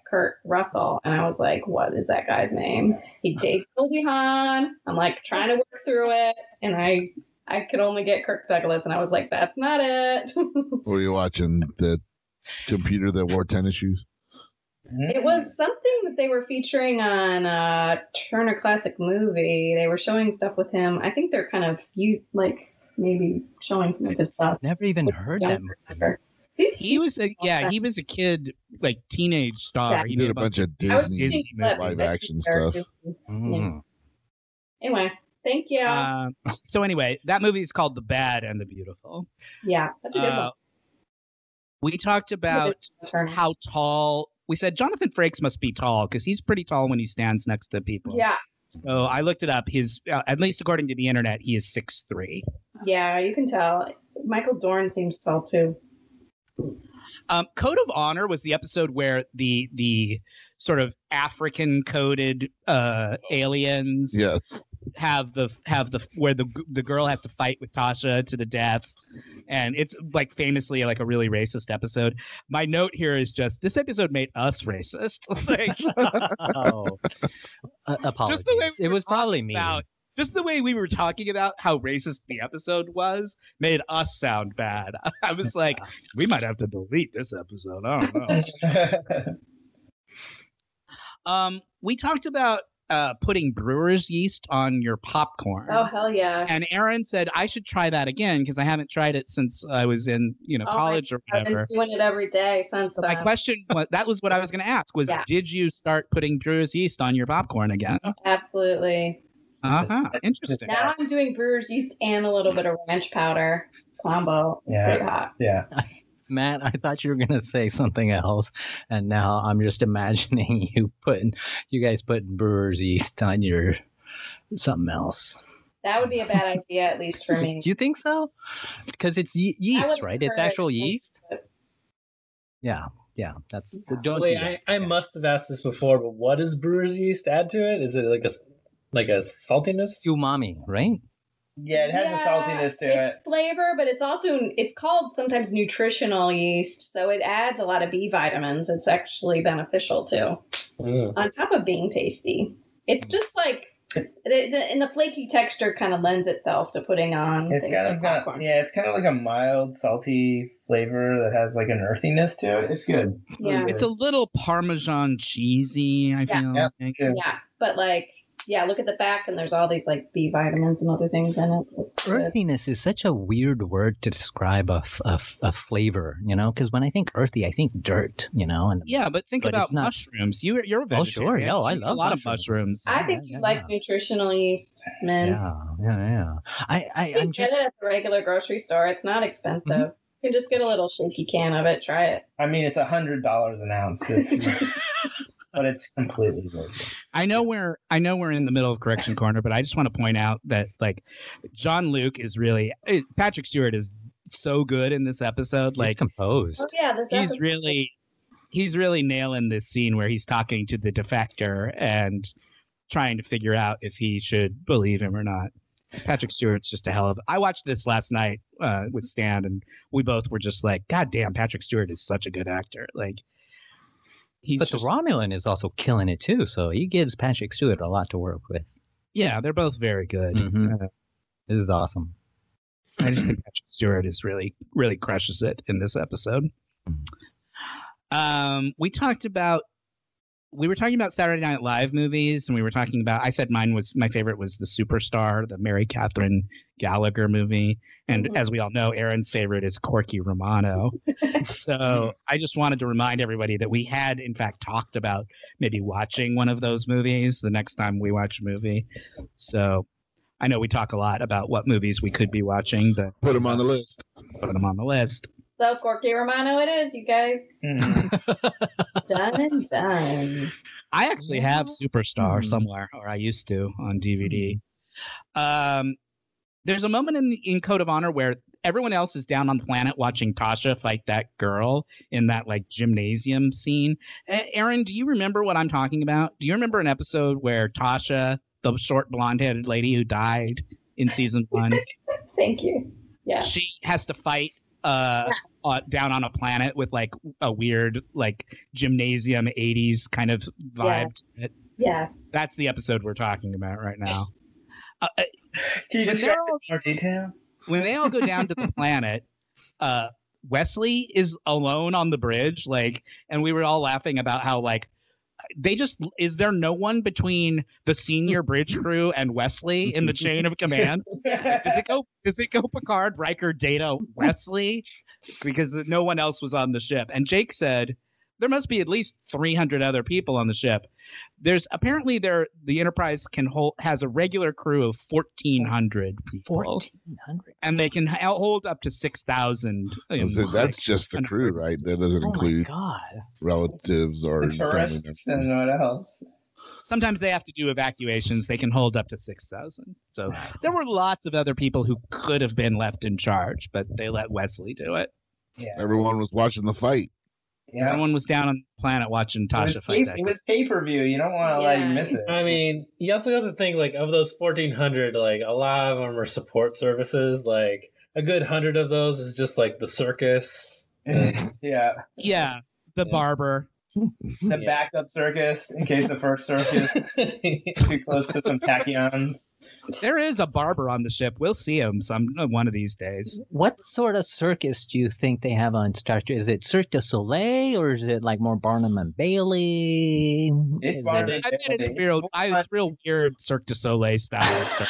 Speaker 4: Kurt Russell and I was like, what is that guy's name? He dates Goldie Hawn. I'm like trying to work through it and I I could only get Kirk Douglas and I was like, that's not it.
Speaker 2: Were you watching the computer that wore tennis shoes?
Speaker 4: it was something that they were featuring on uh, Turner Classic Movie. They were showing stuff with him. I think they're kind of you like maybe showing some of his stuff.
Speaker 5: Never even heard that
Speaker 4: Younger.
Speaker 5: movie.
Speaker 4: See,
Speaker 1: He was a yeah, he was a kid, like teenage star.
Speaker 2: He did a bunch of
Speaker 4: I was
Speaker 2: Disney.
Speaker 1: Disney
Speaker 4: thinking clips.
Speaker 2: live
Speaker 4: That's
Speaker 2: action
Speaker 4: very
Speaker 2: stuff.
Speaker 4: good.
Speaker 1: Hmm.
Speaker 5: Mm.
Speaker 4: Anyway, thank you.
Speaker 1: Uh, so anyway, that movie is called The Bad and the Beautiful.
Speaker 4: yeah, that's a good
Speaker 1: Uh, we talked about
Speaker 4: one. Turner.
Speaker 1: how tall we said Jonathan Frakes must be tall because he's pretty tall when he stands next to people.
Speaker 4: yeah,
Speaker 1: So I looked it up. His uh, at least according to the internet, he is six three.
Speaker 4: yeah, you can tell. Michael Dorn seems tall too.
Speaker 1: Um, Code of Honor was the episode where the the sort of African coded uh, aliens
Speaker 2: Yes.
Speaker 1: have the have the where the the girl has to fight with Tasha to the death, and it's like famously like a really racist episode. My note here is just this episode made us racist. like
Speaker 5: Oh. Uh, apologies.
Speaker 1: Just the way we
Speaker 5: it
Speaker 1: were
Speaker 5: was probably
Speaker 1: talking
Speaker 5: me.
Speaker 1: about just the way we were talking about how racist the episode was made us sound bad. I was like, we might have to delete this episode. I don't know. Um, we talked about uh, putting brewer's yeast on your popcorn.
Speaker 4: Oh hell yeah!
Speaker 1: And Aaron said I should try that again because I haven't tried it since I was in you know
Speaker 4: Oh my
Speaker 1: college or
Speaker 4: I've been
Speaker 1: whatever.
Speaker 4: doing it every day since
Speaker 1: My
Speaker 4: then.
Speaker 1: question was that was what I was going to ask was
Speaker 4: uh, Yeah.
Speaker 1: did you start putting brewer's yeast on your popcorn again?
Speaker 5: Oh,
Speaker 4: Absolutely.
Speaker 1: Uh huh. Interesting.
Speaker 4: Now I'm doing brewer's yeast and a little bit of ranch powder combo. It's
Speaker 6: Yeah.
Speaker 4: pretty hot.
Speaker 6: yeah.
Speaker 5: Matt, I thought you were gonna say something else, and now I'm just imagining you putting you guys putting brewer's yeast on your something else.
Speaker 4: That would be a bad idea, at least for me.
Speaker 5: Do you think so? Because it's ye- yeast,
Speaker 4: wouldn't
Speaker 5: right? It's
Speaker 4: encourage
Speaker 5: actual
Speaker 4: them.
Speaker 5: yeast. Yeah, yeah. That's
Speaker 4: Yeah.
Speaker 5: don't do
Speaker 6: Wait,
Speaker 5: that.
Speaker 6: I, I must have asked this before, but what does brewer's yeast add to it? Is it like a s- like a saltiness?
Speaker 5: umami, right?
Speaker 3: yeah, it has a saltiness to it.
Speaker 4: It's flavor, but it's also it's called sometimes nutritional yeast, so it adds a lot of B vitamins. It's actually beneficial too,
Speaker 6: Mm.
Speaker 4: on top of being tasty.
Speaker 5: Mm.
Speaker 4: It's just like it- it- and the flaky texture kind of lends itself to putting on.
Speaker 3: It's
Speaker 4: things
Speaker 3: kind
Speaker 4: like
Speaker 3: of got,
Speaker 4: popcorn.
Speaker 3: yeah, it's kind of like a mild, salty flavor that has like an earthiness to it. It's good.
Speaker 4: Yeah.
Speaker 1: It's a little Parmesan cheesy. I
Speaker 4: Yeah.
Speaker 1: feel
Speaker 3: Yep.
Speaker 1: like.
Speaker 3: Sure.
Speaker 4: yeah, but like yeah, look at the back, and there's all these like B vitamins and other things in it. It's good.
Speaker 5: Earthiness is such a weird word to describe a, f- a f- a flavor, you know? Because when I think earthy, I think dirt, you know? And
Speaker 1: Yeah, but think
Speaker 5: But it's
Speaker 1: about
Speaker 5: not-
Speaker 1: mushrooms. You you're a
Speaker 5: Oh,
Speaker 1: vegetarian.
Speaker 5: sure. Yeah, I
Speaker 1: You eat a
Speaker 5: love
Speaker 1: lot
Speaker 5: mushrooms.
Speaker 1: of mushrooms.
Speaker 4: I
Speaker 5: Yeah,
Speaker 4: think
Speaker 5: yeah,
Speaker 4: you like
Speaker 5: yeah.
Speaker 4: nutritional yeast, man.
Speaker 5: yeah, yeah, yeah. I, I,
Speaker 4: You
Speaker 5: I'm
Speaker 4: can
Speaker 5: just Mm-hmm.
Speaker 4: get it at the regular grocery store. It's not expensive. You can just get a little shaky can of it. Try it.
Speaker 3: I mean, it's a hundred dollars an ounce, if you- but it's completely good.
Speaker 1: I know we're I know we're in the middle of correction corner, but I just want to point out that like John Luke is really eh, Patrick Stewart is so good in this episode.
Speaker 5: it's
Speaker 1: Like
Speaker 5: composed.
Speaker 4: Oh yeah, this
Speaker 1: he's
Speaker 4: episode-
Speaker 1: really he's really nailing this scene where he's talking to the defector and trying to figure out if he should believe him or not. Patrick Stewart's just a hell of. I watched this last night uh, with Stan, and we both were just like, "God damn, Patrick Stewart is such a good actor!" Like, he's
Speaker 5: But
Speaker 1: just,
Speaker 5: the Romulan is also killing it too, so he gives Patrick Stewart a lot to work with.
Speaker 1: yeah, they're both very good.
Speaker 5: Mhm.
Speaker 1: Uh,
Speaker 5: This is awesome.
Speaker 1: I just think Patrick Stewart is really, really crushes it in this episode. Um, we talked about we were talking about Saturday Night Live movies, and we were talking about I said mine was my favorite was the Superstar, the Mary Catherine Gallagher movie, and
Speaker 4: Mhm.
Speaker 1: as we all know, Aaron's favorite is Corky Romano. so I just wanted to remind everybody that we had in fact talked about maybe watching one of those movies the next time we watch a movie. So. I know we talk a lot about what movies we could be watching, but
Speaker 2: Put them on the list.
Speaker 1: put them on the list.
Speaker 4: so Corky Romano. It is, you guys.
Speaker 3: Mm.
Speaker 4: done and done.
Speaker 1: I actually have Superstar
Speaker 5: Hmm.
Speaker 1: somewhere, or I used to on DVD. Um, there's a moment in in Code of Honor where everyone else is down on the planet watching Tasha fight that girl in that like gymnasium scene. A- Aaron, do you remember what I'm talking about? Do you remember an episode where Tasha, the short blonde headed lady who died in season one.
Speaker 4: Thank you. Yeah.
Speaker 1: She has to fight uh,
Speaker 4: Yes.
Speaker 1: uh, down on a planet with like a weird like gymnasium 80s kind of vibe. to it.
Speaker 4: yes.
Speaker 1: That's the episode we're talking about right now. Uh, uh,
Speaker 6: Can you
Speaker 1: when,
Speaker 6: describe
Speaker 1: they're all,
Speaker 6: it in more detail?
Speaker 1: when they all go down to the planet, uh, Wesley is alone on the bridge, like, and we were all laughing about how like they just is there no one between the senior bridge crew and Wesley in the chain of command? does it go does it go Picard, Riker, Data, Wesley? Because no one else was on the ship. And Jake said there must be at least 300 other people on the ship. There's apparently there the Enterprise can hold has a regular crew of 1400 people
Speaker 5: 1400.
Speaker 1: and they can h- hold up to 6000. in,
Speaker 2: So
Speaker 1: like,
Speaker 2: that's just the
Speaker 1: an
Speaker 2: crew,
Speaker 1: emergency.
Speaker 2: right? That doesn't
Speaker 5: Oh my
Speaker 2: include
Speaker 5: God.
Speaker 2: relatives or family
Speaker 3: tourists and uh,
Speaker 2: members.
Speaker 3: what else?
Speaker 1: Sometimes they have to do evacuations. They can hold up to 6000. So there were lots of other people who could have been left in charge, but they let Wesley do it.
Speaker 3: Yeah,
Speaker 2: Everyone was watching the fight.
Speaker 3: yeah.
Speaker 1: Everyone was down on the planet watching
Speaker 3: It was,
Speaker 1: Tasha fight that.
Speaker 3: pay- it was pay-per-view. You don't want to
Speaker 4: Yeah.
Speaker 3: like miss it.
Speaker 6: I mean, you also have to think like of those fourteen hundred, like a lot of them are support services. Like a good hundred of those is just like the circus.
Speaker 3: Mm.
Speaker 6: and-
Speaker 3: yeah,
Speaker 1: Yeah, the
Speaker 6: Yeah.
Speaker 1: barber.
Speaker 3: the
Speaker 6: Yeah.
Speaker 3: backup circus in case the first circus is too close to some tachyons.
Speaker 1: There is a barber on the ship. We'll see him some one of these days.
Speaker 5: What sort of circus do you think they have on Star Trek? Is it Cirque du Soleil or is it like more Barnum and Bailey?
Speaker 3: It's
Speaker 5: Is it-
Speaker 1: I
Speaker 3: Barnum.
Speaker 1: bet it's real. I, it's real weird Cirque du Soleil style. stuff.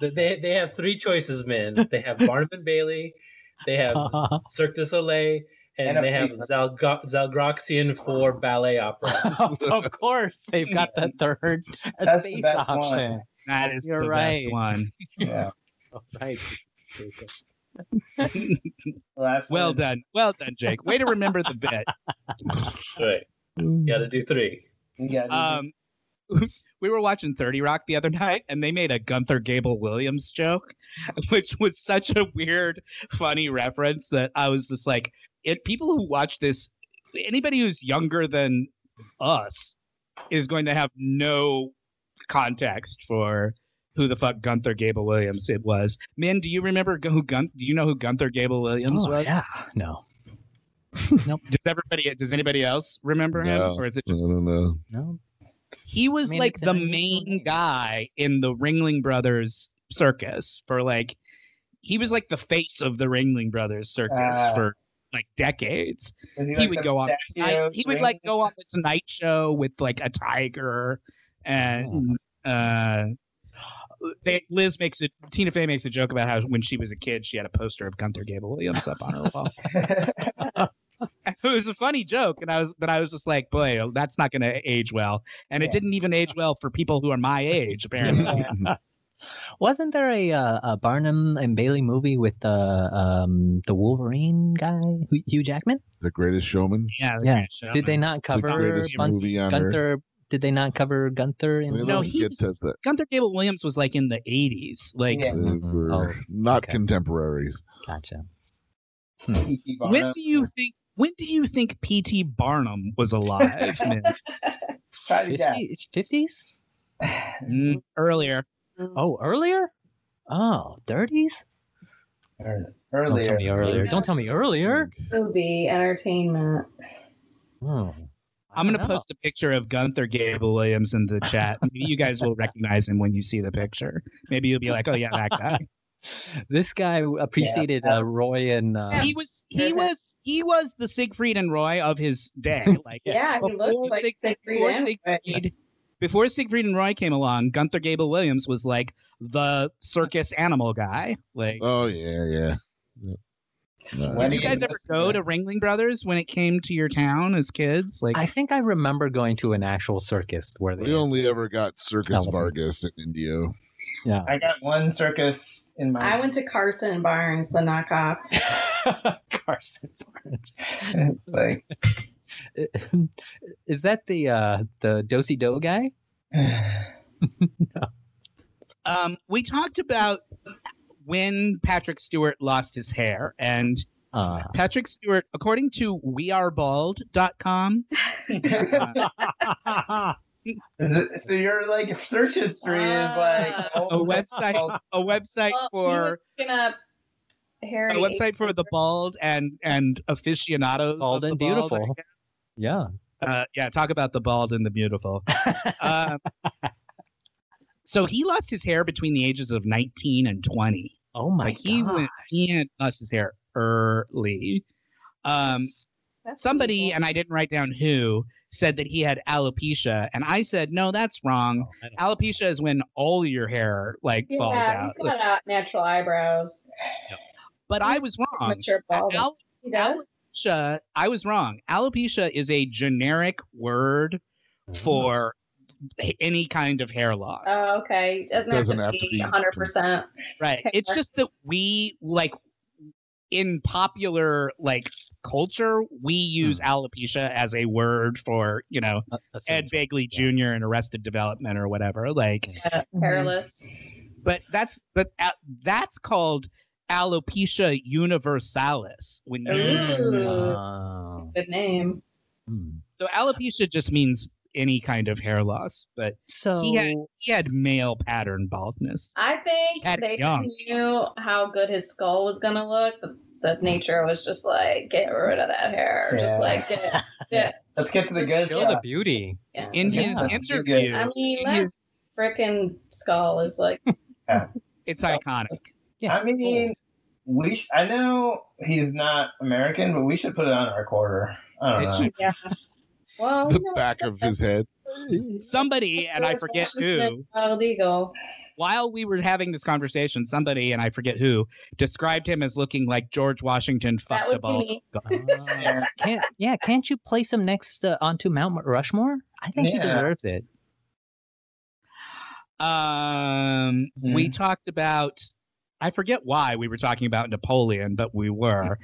Speaker 6: They- they they have three choices, man. They have Barnum and Bailey, they have Cirque du Soleil, and,
Speaker 3: And a
Speaker 6: they have
Speaker 3: policeman.
Speaker 6: Zalgo- Zalgroxian for ballet opera.
Speaker 5: of course, they've got the third
Speaker 3: That's the
Speaker 5: space
Speaker 3: best one.
Speaker 5: option.
Speaker 1: That is
Speaker 5: You're
Speaker 1: the
Speaker 5: right.
Speaker 1: best one.
Speaker 3: Yeah.
Speaker 5: So, right.
Speaker 3: Last
Speaker 1: Well
Speaker 3: one.
Speaker 1: done, well done, Jake. Way to remember the bit.
Speaker 6: right, got to do three.
Speaker 3: You got it.
Speaker 1: Um, we were watching Thirty Rock the other night, and they made a Gunther Gable Williams joke, which was such a weird, funny reference that I was just like, it, people who watch this, anybody who's younger than us, is going to have no context for who the fuck Gunther Gable Williams it was. Min, do you remember who Gun? Do you know who Gunther Gable Williams
Speaker 5: Oh,
Speaker 1: was?
Speaker 5: yeah. No.
Speaker 1: Does everybody? Does anybody else remember him,
Speaker 2: No.
Speaker 1: or is it
Speaker 2: I
Speaker 1: just
Speaker 2: don't know.
Speaker 5: No.
Speaker 1: he was
Speaker 5: I mean,
Speaker 1: like
Speaker 5: it's an
Speaker 1: the
Speaker 5: unusual
Speaker 1: main
Speaker 5: name.
Speaker 1: guy in the Ringling Brothers circus for like he was like the face of the Ringling Brothers circus
Speaker 3: Ah.
Speaker 1: for like decades.
Speaker 3: Is
Speaker 1: he would
Speaker 3: the
Speaker 1: go on I,
Speaker 3: pistachio
Speaker 1: he would like
Speaker 3: ring?
Speaker 1: go on the Tonight Show with like a tiger and uh they, Liz makes it. Tina Fey makes a joke about how when she was a kid, she had a poster of Gunther Gable Williams up on her wall. it was a funny joke, and I was, but I was just like, boy, that's not going to age well, and it
Speaker 3: Yeah.
Speaker 1: didn't even age well for people who are my age, apparently.
Speaker 5: Wasn't there a, uh, a Barnum and Bailey movie with the um, the Wolverine guy, Hu- Hugh Jackman?
Speaker 2: the greatest showman.
Speaker 1: yeah,
Speaker 5: Yeah.
Speaker 1: great show,
Speaker 5: Did they
Speaker 1: man.
Speaker 5: not
Speaker 2: The
Speaker 5: cover
Speaker 2: greatest
Speaker 5: Bun-
Speaker 2: movie on earth.
Speaker 5: Gunther? Did they not cover Gunther?
Speaker 2: I
Speaker 5: In
Speaker 2: mean,
Speaker 1: No,
Speaker 2: little
Speaker 1: he
Speaker 2: kid
Speaker 1: was-
Speaker 2: says that.
Speaker 1: Gunther Gable Williams was like in the '80s, like
Speaker 3: Yeah.
Speaker 2: They
Speaker 5: Mhm.
Speaker 2: were
Speaker 5: Oh,
Speaker 2: not
Speaker 5: okay.
Speaker 2: contemporaries.
Speaker 5: Gotcha.
Speaker 3: P.T.
Speaker 1: when
Speaker 3: Barnum.
Speaker 1: do you think when do you think P.T. Barnum was alive? man?
Speaker 3: Try to guess.
Speaker 5: Fifties? Fifties?
Speaker 1: Mm, earlier,
Speaker 5: Oh,
Speaker 1: Mm-hmm.
Speaker 5: earlier? Oh, thirties? Don't tell me
Speaker 3: Earlier.
Speaker 5: earlier. Don't tell me earlier.
Speaker 4: Movie entertainment.
Speaker 5: Hmm. I
Speaker 1: I'm
Speaker 5: don't
Speaker 1: gonna
Speaker 5: know.
Speaker 1: post a picture of Gunther Gable Williams in the chat. Maybe you guys will recognize him when you see the picture. Maybe you'll be like, "Oh yeah, that guy."
Speaker 5: This guy appreciated uh, Roy and uh,
Speaker 1: he was he was he was the Siegfried and Roy of his day. Like
Speaker 4: Yeah, he
Speaker 1: before,
Speaker 4: looks like
Speaker 1: Sieg-
Speaker 4: Siegfried
Speaker 1: before
Speaker 4: and Roy.
Speaker 1: Siegfried- before Siegfried and Roy came along, Gunther Gable Williams was like the circus animal guy. Like,
Speaker 2: Oh yeah, yeah.
Speaker 1: did
Speaker 3: Sweaty
Speaker 1: you guys
Speaker 3: and
Speaker 1: ever go to Ringling Brothers when it came to your town as kids? Like,
Speaker 5: I think I remember going to an actual circus where
Speaker 2: We
Speaker 5: they.
Speaker 2: only ever got Circus
Speaker 5: Elephants.
Speaker 2: Vargas in Indio.
Speaker 5: Yeah.
Speaker 3: I got one circus in my.
Speaker 4: I went to Carson Barnes, the knockoff.
Speaker 5: Carson Barnes.
Speaker 3: like.
Speaker 5: Is that the uh the Dosey Do guy?
Speaker 1: um, we talked about when Patrick Stewart lost his hair, and
Speaker 5: Uh,
Speaker 1: Patrick Stewart, uh, according to wearebald.com,
Speaker 3: Is it, so your like search history is like
Speaker 4: Ah.
Speaker 1: A website, a website
Speaker 4: Well, he
Speaker 1: for
Speaker 4: was looking up
Speaker 1: a
Speaker 4: Harry.
Speaker 1: website for the bald and and aficionados.
Speaker 5: Bald
Speaker 1: of
Speaker 5: and
Speaker 1: the I
Speaker 5: beautiful.
Speaker 1: guess.
Speaker 5: Yeah.
Speaker 1: Uh, yeah, talk about the bald and the beautiful. Um, so he lost his hair between the ages of 19 and 20.
Speaker 5: Oh my
Speaker 1: like he went he had lost his hair early. Um,
Speaker 4: That's
Speaker 1: somebody
Speaker 4: beautiful.
Speaker 1: and I didn't write down who said that he had alopecia, and I said no, that's
Speaker 4: Oh,
Speaker 1: wrong. Alopecia is when all your hair like
Speaker 4: yeah,
Speaker 1: falls out.
Speaker 4: He's got out natural eyebrows.
Speaker 1: But I was wrong.
Speaker 4: Mature bald. he does.
Speaker 1: Alopecia, I was wrong. Alopecia is a generic word
Speaker 4: Mm-hmm.
Speaker 1: for any kind of hair loss.
Speaker 4: Oh, okay. He doesn't,
Speaker 2: Doesn't
Speaker 4: have to be 100. percent
Speaker 1: Right.
Speaker 4: Okay.
Speaker 1: It's just that we like in popular like culture, we use alopecia as a word for, you know,
Speaker 5: A- a
Speaker 1: Ed
Speaker 5: surgeon.
Speaker 1: Bagley
Speaker 5: Yeah.
Speaker 1: Jr. in Arrested Development or whatever. Like,
Speaker 4: Hmm. uh, Hairless.
Speaker 1: but that's but a- that's called alopecia universalis when you use it.
Speaker 4: Ooh,
Speaker 5: Oh.
Speaker 4: good name.
Speaker 5: Hmm.
Speaker 1: so alopecia just means any kind of hair loss, but
Speaker 5: So
Speaker 1: he had he had male pattern baldness.
Speaker 4: I think
Speaker 1: Had it
Speaker 4: they
Speaker 1: young.
Speaker 4: just knew how good his skull was gonna look. but The nature was just like, get rid of that hair. Just
Speaker 3: Yeah.
Speaker 4: like, get, get.
Speaker 3: Let's get to the good
Speaker 5: show the
Speaker 3: stuff.
Speaker 5: beauty.
Speaker 4: Oh, Yeah.
Speaker 1: In his
Speaker 5: Yeah.
Speaker 1: interview,
Speaker 4: I mean,
Speaker 1: in
Speaker 4: that
Speaker 1: his-
Speaker 4: freaking skull is like,
Speaker 1: it's iconic.
Speaker 5: Yeah.
Speaker 3: I mean, we. Sh- I know he's not American, but we should put it on our quarter. I don't
Speaker 1: It
Speaker 3: know.
Speaker 1: should-
Speaker 4: yeah. Well,
Speaker 2: the
Speaker 4: you know,
Speaker 2: back of his head.
Speaker 1: Somebody and I forget who.
Speaker 4: Wild Eagle.
Speaker 1: while we were having this conversation, somebody and I forget who described him as looking like George Washington
Speaker 4: That
Speaker 1: fucked a
Speaker 4: would be
Speaker 1: bald.
Speaker 4: me.
Speaker 5: Ah.
Speaker 3: Yeah.
Speaker 5: can't yeah, can't you place him next to, onto Mount Rushmore? I think he
Speaker 3: Yeah.
Speaker 5: deserves it.
Speaker 1: Um,
Speaker 5: Mm-hmm.
Speaker 1: we talked about I forget why we were talking about Napoleon, but we were.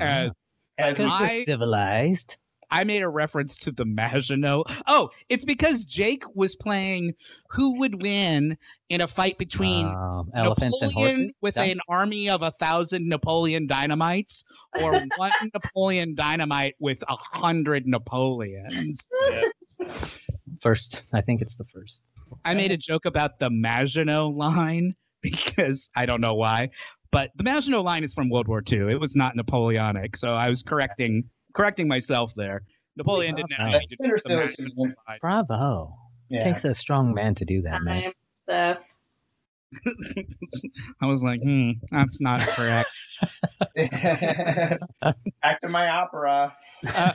Speaker 1: Uh,
Speaker 5: Because we're
Speaker 1: I-
Speaker 5: civilized.
Speaker 1: I made a reference to the Maginot. Oh, it's because Jake was playing who would win in a fight between
Speaker 5: Um, elephants and
Speaker 1: Napoleon
Speaker 5: horses.
Speaker 1: with
Speaker 5: Yeah.
Speaker 1: an army of a thousand Napoleon dynamites, or one Napoleon dynamite with a hundred Napoleons.
Speaker 5: First, I think it's the first.
Speaker 1: I made a joke about the Maginot line because I don't know why, but the Maginot line is from World War II. It was not Napoleonic, so I was correcting correcting myself there. Napoleon didn't have
Speaker 5: Oh.
Speaker 1: anything to do with the
Speaker 3: Understood what you
Speaker 1: Maginot line.
Speaker 5: Bravo.
Speaker 3: Yeah.
Speaker 5: Takes a strong man to do that, man.
Speaker 4: Time stuff.
Speaker 1: I was like, hmm, that's not correct.
Speaker 3: Back to my opera.
Speaker 1: uh,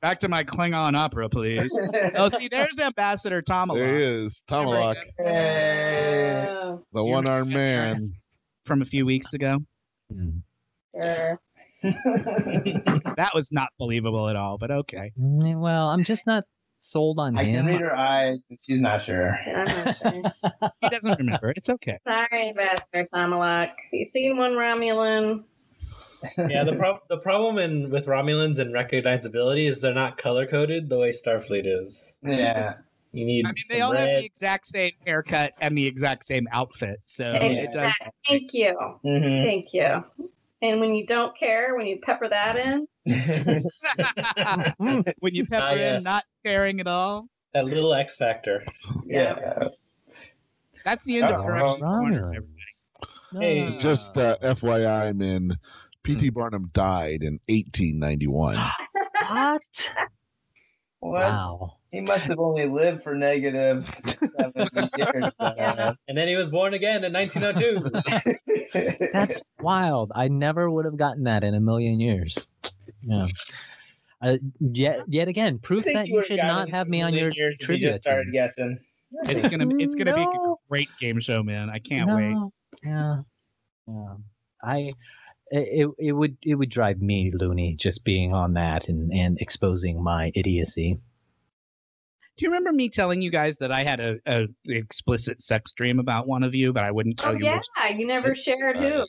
Speaker 1: back to my Klingon opera, please. Oh, see, there's Ambassador
Speaker 2: There he
Speaker 1: Tomalak
Speaker 2: is, Tomalak,
Speaker 3: Hey.
Speaker 4: Oh,
Speaker 2: the
Speaker 1: Do you
Speaker 2: one armed
Speaker 1: remember-
Speaker 2: man.
Speaker 1: from a few weeks ago.
Speaker 5: Mm.
Speaker 4: sure.
Speaker 1: That was not believable at all, but okay.
Speaker 5: Mm, Well, I'm just not sold on
Speaker 3: I can
Speaker 5: him.
Speaker 3: read her eyes, but she's not sure.
Speaker 4: I'm not sure.
Speaker 1: He doesn't remember. It's okay.
Speaker 4: Sorry, Ambassador Tomalak. You seen one Romulan?
Speaker 6: yeah, the problem the problem in with Romulans and recognizability is they're not color coded the way Starfleet is.
Speaker 3: yeah.
Speaker 6: You need
Speaker 1: I mean, they
Speaker 6: some
Speaker 1: all have
Speaker 6: red.
Speaker 1: the exact same haircut and the exact same outfit, so it does.
Speaker 4: Exact- Thank you.
Speaker 2: Hmm?
Speaker 3: Mhm.
Speaker 4: Thank you. And when you don't care, when you pepper that in,
Speaker 3: Mm-hmm.
Speaker 1: when you pepper
Speaker 6: Ah,
Speaker 1: in
Speaker 6: yes.
Speaker 1: not caring at all,
Speaker 6: that little X factor.
Speaker 4: yeah.
Speaker 3: yeah.
Speaker 1: that's the end of
Speaker 3: Oh,
Speaker 1: corrections corner.
Speaker 5: Romulans.
Speaker 1: everybody.
Speaker 6: Hey,
Speaker 2: Just uh, FYI, I'm in. P.T.
Speaker 1: Mm.
Speaker 2: Barnum died in 1891.
Speaker 5: what?
Speaker 3: What?
Speaker 5: Wow.
Speaker 3: He must have only lived for negative 70 years.
Speaker 4: Yeah.
Speaker 3: then.
Speaker 6: Uh, And then he was born again in 1902.
Speaker 5: That's wild. I never would have gotten that in a million years. Yeah. Uh, yet, yet again, proof
Speaker 3: think
Speaker 5: that
Speaker 3: would
Speaker 5: you should
Speaker 3: gotten
Speaker 5: not have me on
Speaker 3: million
Speaker 5: your
Speaker 3: years if you
Speaker 5: trivia.
Speaker 3: just started
Speaker 5: team.
Speaker 3: guessing.
Speaker 1: It's gonna be- it's gonna be a
Speaker 5: No.
Speaker 1: great game show, man. I can't wait.
Speaker 5: No. Yeah. Yeah. I it it would it would drive me loony just being on that and and exposing my idiocy.
Speaker 1: Do you remember me telling you guys that I had a, a explicit sex dream about one of you, but I wouldn't tell
Speaker 4: Oh,
Speaker 1: you
Speaker 4: yeah.
Speaker 1: which?
Speaker 4: You never shared who.
Speaker 2: Uh,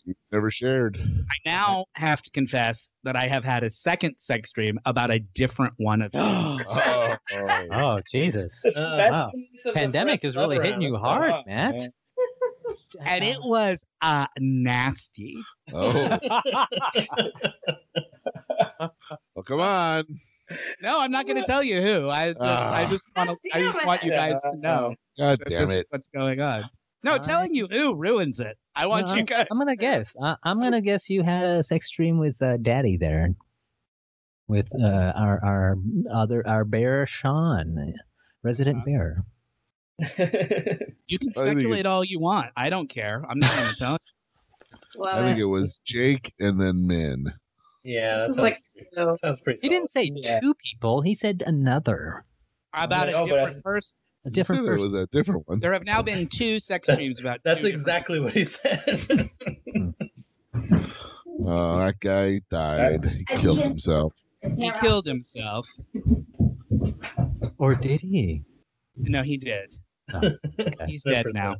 Speaker 2: never shared.
Speaker 1: I now have to confess that I have had a second sex dream about a different one of you.
Speaker 2: Oh,
Speaker 5: Oh Jesus.
Speaker 3: The
Speaker 6: Oh,
Speaker 5: wow.
Speaker 3: specialness of this
Speaker 5: Pandemic is really
Speaker 6: rubber
Speaker 5: hitting you
Speaker 6: round.
Speaker 5: hard,
Speaker 3: Oh,
Speaker 5: Matt.
Speaker 3: man.
Speaker 1: and it was uh nasty.
Speaker 3: Oh.
Speaker 2: oh. Well, come on.
Speaker 1: No, I'm not going to tell you who. I I
Speaker 2: Ah.
Speaker 1: just want to. I just want you guys to know
Speaker 2: God
Speaker 1: that
Speaker 2: damn
Speaker 1: this
Speaker 2: it.
Speaker 1: is what's going on. No,
Speaker 5: All right.
Speaker 1: telling you who ruins it. I want
Speaker 5: No,
Speaker 1: you guys.
Speaker 5: I'm gonna guess. I, I'm gonna guess you had a sex dream with uh, Daddy there, with uh, our our other our bear Sean, resident bear.
Speaker 1: You can
Speaker 2: I think it-
Speaker 1: speculate all you want. I don't care. I'm not going to tell. you.
Speaker 4: Love
Speaker 2: I think
Speaker 4: it.
Speaker 2: it was Jake and then Min.
Speaker 6: yeah, that
Speaker 4: This is
Speaker 6: sounds,
Speaker 4: like so-
Speaker 6: sounds pretty.
Speaker 5: He didn't say
Speaker 3: Yeah.
Speaker 5: two people. He said another,
Speaker 1: How About
Speaker 6: No,
Speaker 1: a
Speaker 6: but I-
Speaker 1: different person.
Speaker 2: You
Speaker 5: a
Speaker 2: said
Speaker 5: different
Speaker 2: It
Speaker 5: person.
Speaker 2: was a different one.
Speaker 1: There have now been two sex
Speaker 6: That-
Speaker 1: dreams about.
Speaker 6: That's
Speaker 1: two different-
Speaker 6: exactly what he said.
Speaker 2: Oh, that guy died. He
Speaker 4: I
Speaker 2: killed
Speaker 4: didn't-
Speaker 2: himself.
Speaker 1: He
Speaker 4: Yeah.
Speaker 1: killed himself.
Speaker 5: Or did he?
Speaker 1: No, he did.
Speaker 5: Oh, okay.
Speaker 1: He's dead now.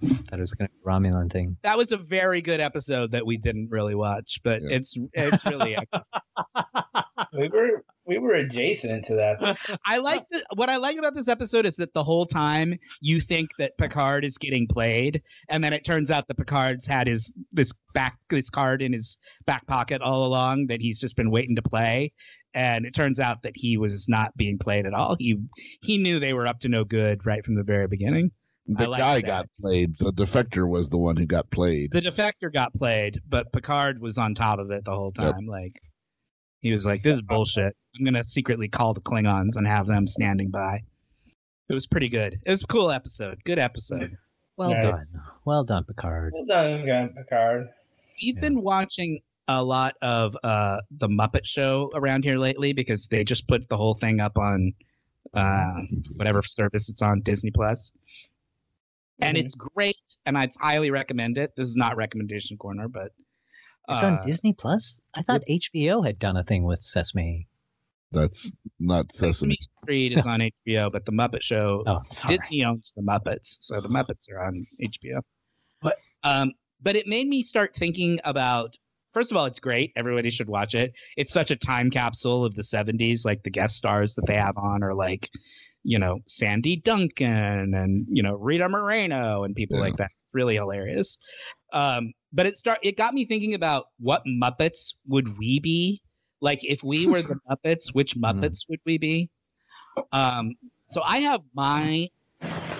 Speaker 5: That was gonna be a Romulan thing.
Speaker 1: That was a very good episode that we didn't really watch, but
Speaker 2: Yeah.
Speaker 1: it's it's really.
Speaker 3: we were we were adjacent to that.
Speaker 1: I like the, what I like about this episode is that the whole time you think that Picard is getting played, and then it turns out that Picard's had his this back this card in his back pocket all along that he's just been waiting to play, and it turns out that he was not being played at all. He he knew they were up to no good right from the very beginning.
Speaker 2: The
Speaker 1: like
Speaker 2: guy
Speaker 1: that.
Speaker 2: got played. The defector was the one who got played.
Speaker 1: The defector got played, but Picard was on top of it the whole
Speaker 2: Yep.
Speaker 1: time. Like he was like, "This is bullshit. I'm gonna secretly call the Klingons and have them standing by." It was pretty good. It was a cool episode. Good episode.
Speaker 5: Well
Speaker 3: Nice.
Speaker 5: done, well done, Picard.
Speaker 3: Well done, Grant Picard.
Speaker 1: We've
Speaker 5: Yeah.
Speaker 1: been watching a lot of uh the Muppet Show around here lately because they just put the whole thing up on uh, whatever service it's on Disney Plus. And
Speaker 5: Mm-hmm.
Speaker 3: Mhm.
Speaker 1: it's great, and I'd highly recommend it. This is not recommendation corner, but
Speaker 5: It's
Speaker 1: uh,
Speaker 5: on Disney Plus. I thought HBO had done a thing with Sesame.
Speaker 2: That's not Sesame.
Speaker 1: Sesame Street is on HBO, but the Muppet Show
Speaker 5: Oh, sorry.
Speaker 1: Disney owns the Muppets, so the Muppets are on HBO. But um, but it made me start thinking about. First of all, it's great. Everybody should watch it. It's such a time capsule of the '70s. Like the guest stars that they have on are like, you know, Sandy Duncan and you know Rita Moreno and people
Speaker 2: Yeah.
Speaker 1: like that. It's Really hilarious. Um, but it start it got me thinking about what Muppets would we be like if we were the Muppets? Which Muppets would we be? Um, so I have my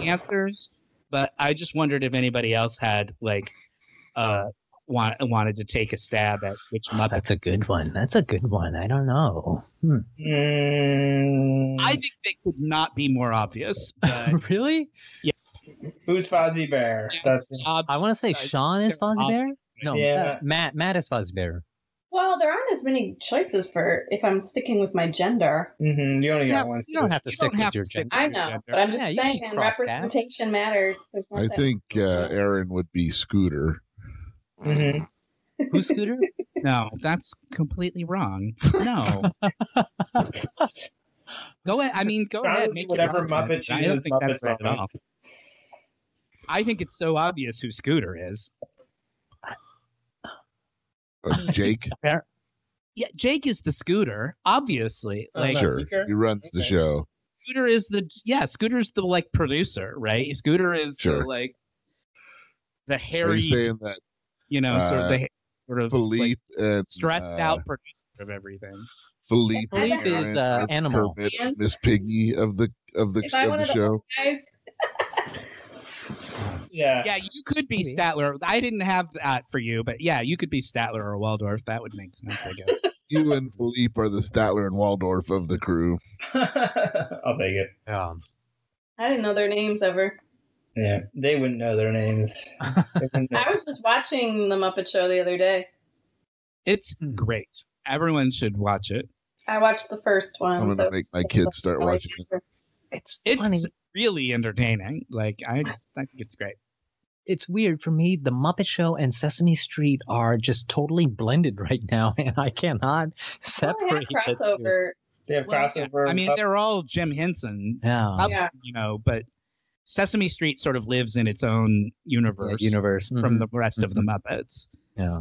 Speaker 1: answers, but I just wondered if anybody else had like uh want, wanted to take a stab at which Muppet.
Speaker 5: That's a good one. That's a good one. I don't know. Hmm.
Speaker 3: Mm,
Speaker 1: I think they could not be more obvious. But
Speaker 5: really?
Speaker 3: who's Fozzie Bear? That's
Speaker 5: I want to say
Speaker 1: obvious,
Speaker 5: Sean is
Speaker 1: they're
Speaker 5: Fozzie Bear. No, uh,
Speaker 3: Yeah.
Speaker 5: Matt. Matt is Fozzie Bear.
Speaker 4: Well, there aren't as many choices for if I'm sticking with my gender.
Speaker 3: hmm you only
Speaker 1: You
Speaker 3: got
Speaker 1: have-
Speaker 3: one.
Speaker 1: you don't have to
Speaker 5: You
Speaker 1: stick
Speaker 5: don't have
Speaker 1: with your
Speaker 5: to stick
Speaker 1: gender.
Speaker 4: I know, but I'm just
Speaker 5: Yeah, you can
Speaker 4: saying
Speaker 5: cross tabs.
Speaker 4: representation matters. There's
Speaker 2: I
Speaker 4: nothing.
Speaker 2: think uh, Aaron would be Scooter.
Speaker 3: Mhm.
Speaker 5: Who's Scooter?
Speaker 1: No, that's completely wrong. No. go ahead. I mean, go
Speaker 3: Probably
Speaker 1: ahead. Make your
Speaker 3: whatever
Speaker 1: argument.
Speaker 3: Muppet
Speaker 1: I
Speaker 3: chooses,
Speaker 1: don't think that's
Speaker 3: Muppet's
Speaker 1: right at
Speaker 3: wrong.
Speaker 1: all. I think it's so obvious who Scooter is.
Speaker 2: Uh, Jake,
Speaker 1: Yeah, Jake is the Scooter, obviously.
Speaker 6: Oh,
Speaker 1: Like
Speaker 6: no.
Speaker 2: sure.
Speaker 6: Beaker?
Speaker 2: He runs the
Speaker 6: Okay.
Speaker 2: show.
Speaker 1: Scooter is the yeah, Scooter's the like producer, right? Scooter is the
Speaker 2: Sure.
Speaker 1: like the
Speaker 2: Are
Speaker 1: hairy,
Speaker 2: you
Speaker 1: you,
Speaker 2: saying that
Speaker 1: know, sort of
Speaker 2: uh,
Speaker 1: the sort of like,
Speaker 2: Philippe and
Speaker 1: stressed
Speaker 2: uh,
Speaker 1: out producer of everything.
Speaker 2: Philippe,
Speaker 4: I
Speaker 5: Philippe
Speaker 4: think-
Speaker 5: is uh, animal.
Speaker 2: Kermit,
Speaker 4: Fans.
Speaker 2: Miss Piggy of the of the,
Speaker 4: If I
Speaker 2: of the
Speaker 4: wanted to-
Speaker 2: show.
Speaker 4: Guys,
Speaker 3: Yeah.
Speaker 1: Yeah, you could be
Speaker 5: Uh, Maybe.
Speaker 1: Statler. I didn't have that for you, but yeah, you could be Statler or Waldorf. That would make sense, I guess.
Speaker 2: You and Philippe are the Statler and Waldorf of the crew.
Speaker 3: I'll take it.
Speaker 5: Yeah.
Speaker 4: I didn't know their names ever.
Speaker 3: Yeah, they wouldn't know their names. They wouldn't know.
Speaker 4: I was just watching the Muppet Show the other day.
Speaker 1: It's
Speaker 5: Hmm.
Speaker 1: great. Everyone should watch it.
Speaker 4: I watched the first one.
Speaker 2: I'm
Speaker 4: so
Speaker 2: gonna make my kids start watching it.
Speaker 4: Oh,
Speaker 5: It's
Speaker 1: It's
Speaker 5: funny.
Speaker 1: really entertaining. Like I, I think it's great.
Speaker 5: It's weird for me. The Muppet Show and Sesame Street are just totally blended right now, and I cannot
Speaker 4: Well,
Speaker 5: separate
Speaker 4: they had
Speaker 5: the two.
Speaker 4: crossover.
Speaker 3: They have
Speaker 1: Well, yeah.
Speaker 3: crossover.
Speaker 1: I mean, they're all Jim Henson,
Speaker 5: Yeah.
Speaker 1: Up,
Speaker 4: Yeah.
Speaker 1: you know, but Sesame Street sort of lives in its own
Speaker 5: Yeah,
Speaker 1: universe Mm-hmm.
Speaker 5: universe
Speaker 1: from
Speaker 5: Mhm.
Speaker 1: the rest of the Muppets.
Speaker 5: yeah.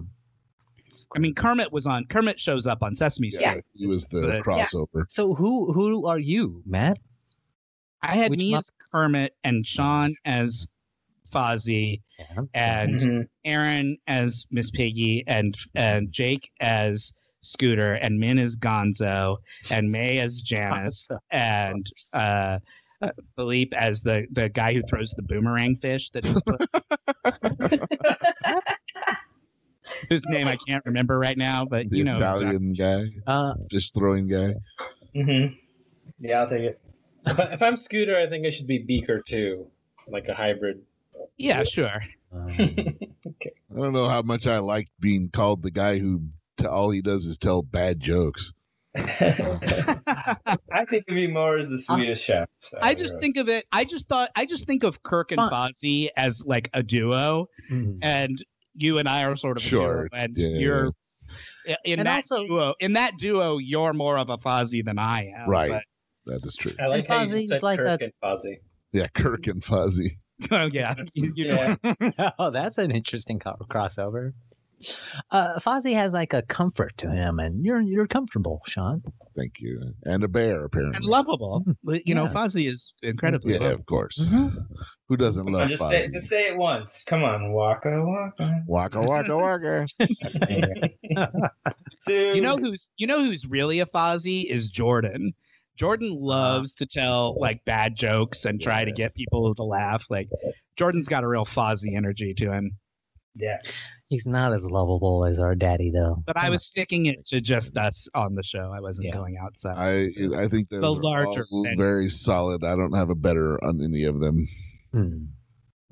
Speaker 1: I mean, Kermit was on. Kermit shows up on Sesame Street.
Speaker 4: Yeah.
Speaker 2: He was the
Speaker 1: But-
Speaker 2: crossover.
Speaker 5: So who who are you, Matt?
Speaker 1: I had
Speaker 5: Which
Speaker 1: me
Speaker 5: Mupp-
Speaker 1: as Kermit and Sean as Fozzie
Speaker 5: Yeah.
Speaker 1: and
Speaker 3: Mhm.
Speaker 1: Aaron as Miss Piggy and and Jake as Scooter, and Min is Gonzo, and May as Janice, and uh, uh, Philippe as the the guy who throws the boomerang fish that he's put, whose name I can't remember right now, but
Speaker 2: The
Speaker 1: you know
Speaker 2: Italian guy,
Speaker 5: Uh,
Speaker 2: fish throwing guy.
Speaker 3: Mm-hmm. Yeah, I'll take it.
Speaker 6: If, I, if I'm Scooter, I think I should be Beaker too, like a hybrid.
Speaker 1: Yeah, sure.
Speaker 5: um,
Speaker 2: I don't know how much I liked being called the guy who t- all he does is tell bad jokes.
Speaker 3: I think it'd be more as the Swedish chef. so
Speaker 1: I just
Speaker 3: you're-
Speaker 1: think of it. I just thought. I just think of Kirk and
Speaker 5: Fun.
Speaker 1: Fozzie as like a duo,
Speaker 5: mm.
Speaker 1: and you and I are sort of
Speaker 2: Mm-hmm. Sure,
Speaker 1: a duo, and
Speaker 2: yeah, yeah,
Speaker 1: you're in
Speaker 5: And
Speaker 1: that
Speaker 5: also-
Speaker 1: duo. In that duo, you're more of a Fozzie than I am.
Speaker 2: Right.
Speaker 1: but-
Speaker 2: That is true.
Speaker 6: I like
Speaker 5: And
Speaker 6: how you
Speaker 5: Fozzie's
Speaker 6: just said
Speaker 5: like
Speaker 6: Kirk
Speaker 5: a-
Speaker 6: and Fozzie.
Speaker 2: Yeah, Kirk and Fozzie.
Speaker 1: oh yeah, you, you know.
Speaker 3: Yeah.
Speaker 5: oh, that's an interesting co- crossover. Uh, Fozzie has like a comfort to him, and you're you're comfortable, Sean.
Speaker 2: Thank you. And a bear, apparently.
Speaker 1: And lovable. You know,
Speaker 5: Yeah.
Speaker 1: Fozzie is incredibly
Speaker 2: yeah,
Speaker 1: lovable.
Speaker 2: of course.
Speaker 1: Mm-hmm.
Speaker 5: Mhm.
Speaker 2: Who doesn't
Speaker 3: Oh,
Speaker 2: love
Speaker 3: just say,
Speaker 2: Fozzie?
Speaker 3: just say it once. Come on, Waka Waka.
Speaker 2: Waka waka waka.
Speaker 3: Two.
Speaker 1: You know who's you know who's really a Fozzie is Jordan. Jordan
Speaker 2: Ah.
Speaker 1: loves to tell like bad jokes and try to get people to laugh. Like Jordan's got a real Fozzie energy to him.
Speaker 3: Yeah.
Speaker 5: He's not as lovable as our daddy, though.
Speaker 1: But I
Speaker 5: Come
Speaker 1: was sticking it to just us on the show. I wasn't
Speaker 5: Yeah.
Speaker 1: going outside.
Speaker 2: I I think those
Speaker 1: The
Speaker 2: are
Speaker 1: larger
Speaker 2: all
Speaker 1: than-
Speaker 2: very solid. I don't have a better on any of them.
Speaker 5: on. Mm.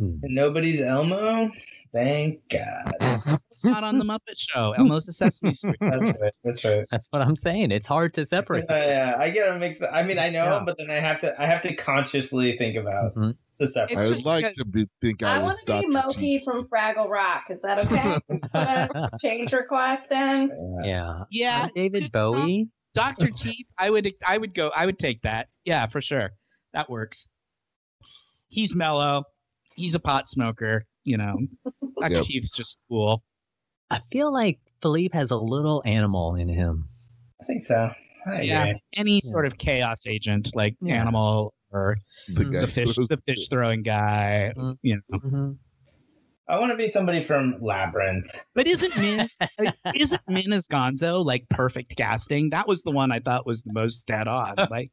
Speaker 5: Mm.
Speaker 3: And nobody's Elmo. Thank God.
Speaker 1: Elmo's not on the Muppet Show. Elmo's a Sesame Street.
Speaker 3: That's right. That's right.
Speaker 5: That's what I'm saying. It's hard to separate.
Speaker 3: Yeah, I get a mix. I mean, I know,
Speaker 5: Yeah.
Speaker 3: him, but then I have to. I have to consciously think about
Speaker 5: Mhm.
Speaker 3: to separate.
Speaker 1: It's
Speaker 2: I would
Speaker 1: just
Speaker 2: like
Speaker 1: because-
Speaker 2: to be, think I,
Speaker 4: I
Speaker 2: was
Speaker 4: want to be
Speaker 2: Dr.
Speaker 4: Moki
Speaker 2: Teeth.
Speaker 4: from Fraggle Rock. Is that okay? Put a change request in.
Speaker 5: yeah.
Speaker 1: Yeah,
Speaker 5: Uh, David
Speaker 1: good song.
Speaker 5: Bowie.
Speaker 1: Dr. Teeth, I would I would go I would take that. Yeah, for sure. That works. He's mellow. He's a pot smoker, you know. Dr.
Speaker 2: Yep.
Speaker 1: Teeth's just cool.
Speaker 5: I feel like Philippe has a little animal in him.
Speaker 3: I think so. I agree.
Speaker 1: Yeah. Any
Speaker 5: Yeah.
Speaker 1: sort of chaos agent like
Speaker 5: Yeah.
Speaker 1: animal or
Speaker 2: The,
Speaker 5: The
Speaker 2: guy
Speaker 1: Mm, the fish
Speaker 2: who-
Speaker 1: the fish throwing guy,
Speaker 5: Mm.
Speaker 1: you know.
Speaker 5: Mhm.
Speaker 3: I want to be somebody from Labyrinth.
Speaker 1: But isn't Min isn't Min as Gonzo like perfect casting? That was the one I thought was the most dead on. Like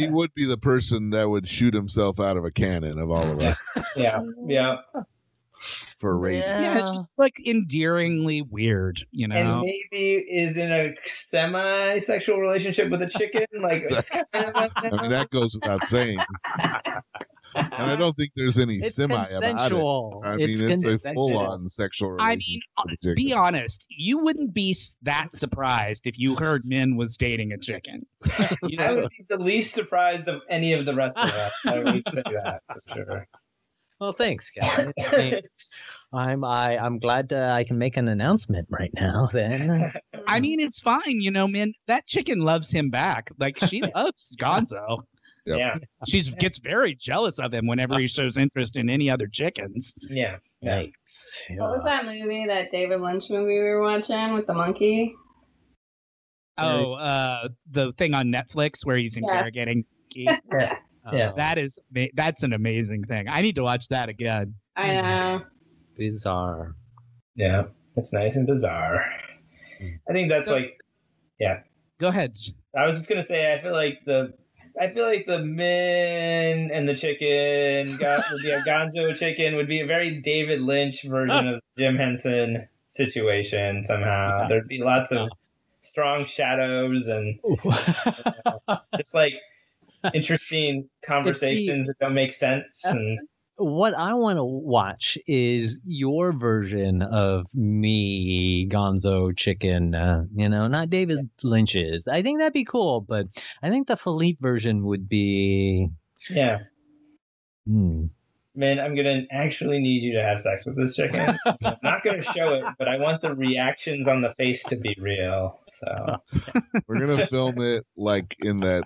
Speaker 2: He would be the person that would shoot himself out of a cannon of all of us
Speaker 3: yeah, yeah,
Speaker 2: for rape.
Speaker 1: yeah, it's just like endearingly weird, you know.
Speaker 3: and maybe is in a semi-sexual relationship with a chicken. Like, it's kind of like
Speaker 2: I mean, that goes without saying. and I don't think there's any
Speaker 5: It's
Speaker 2: semi about it.
Speaker 5: consensual.
Speaker 2: I mean, it's, a
Speaker 5: consensual.
Speaker 2: full on sexual
Speaker 1: I
Speaker 2: relationship.
Speaker 1: mean,
Speaker 2: with a
Speaker 1: be
Speaker 2: chicken.
Speaker 1: honest, you wouldn't be s- that surprised if you heard Min was dating a chicken. You
Speaker 3: I
Speaker 1: know?
Speaker 3: would be the least surprised of any of the rest of us. I would say that for sure.
Speaker 5: Well, thanks, guys. I mean, I'm I, I'm glad uh, I can make an announcement right now. Then
Speaker 1: I
Speaker 3: Mm.
Speaker 1: mean, it's fine, you know, Min. That chicken loves him back. Like she loves Gonzo.
Speaker 2: Yep.
Speaker 3: Yeah,
Speaker 1: She gets very jealous of him whenever he shows interest in any other chickens.
Speaker 3: yeah. yeah.
Speaker 5: Yikes.
Speaker 4: What was that movie, that David Lynch movie we were watching with the monkey?
Speaker 1: Oh, uh, the thing on Netflix where he's
Speaker 4: Yeah.
Speaker 1: interrogating. Keith.
Speaker 3: Yeah.
Speaker 5: Oh,
Speaker 1: That is ma- that's an amazing thing. I need to watch that again.
Speaker 4: I
Speaker 5: Mm.
Speaker 4: know.
Speaker 5: bizarre.
Speaker 3: Yeah, it's nice and bizarre.
Speaker 5: Mm.
Speaker 3: I think that's
Speaker 1: So-
Speaker 3: like
Speaker 1: Go ahead.
Speaker 3: I was just gonna say. I feel like the I feel like the men and the chicken got, would be a Gonzo chicken would be a very David Lynch version of Jim Henson situation somehow. There'd be lots of strong shadows and just like interesting conversations that don't make sense and
Speaker 5: what I want to watch is your version of me, Gonzo Chicken. Uh, you know, not David Lynch's. I think that'd be cool, but I think the Philippe version would be.
Speaker 3: yeah.
Speaker 5: Hmm.
Speaker 3: Man, I'm gonna actually need you to have sex with this chicken. I'm not gonna show it, but I want the reactions on the face to be real. So
Speaker 2: We're gonna film it like in that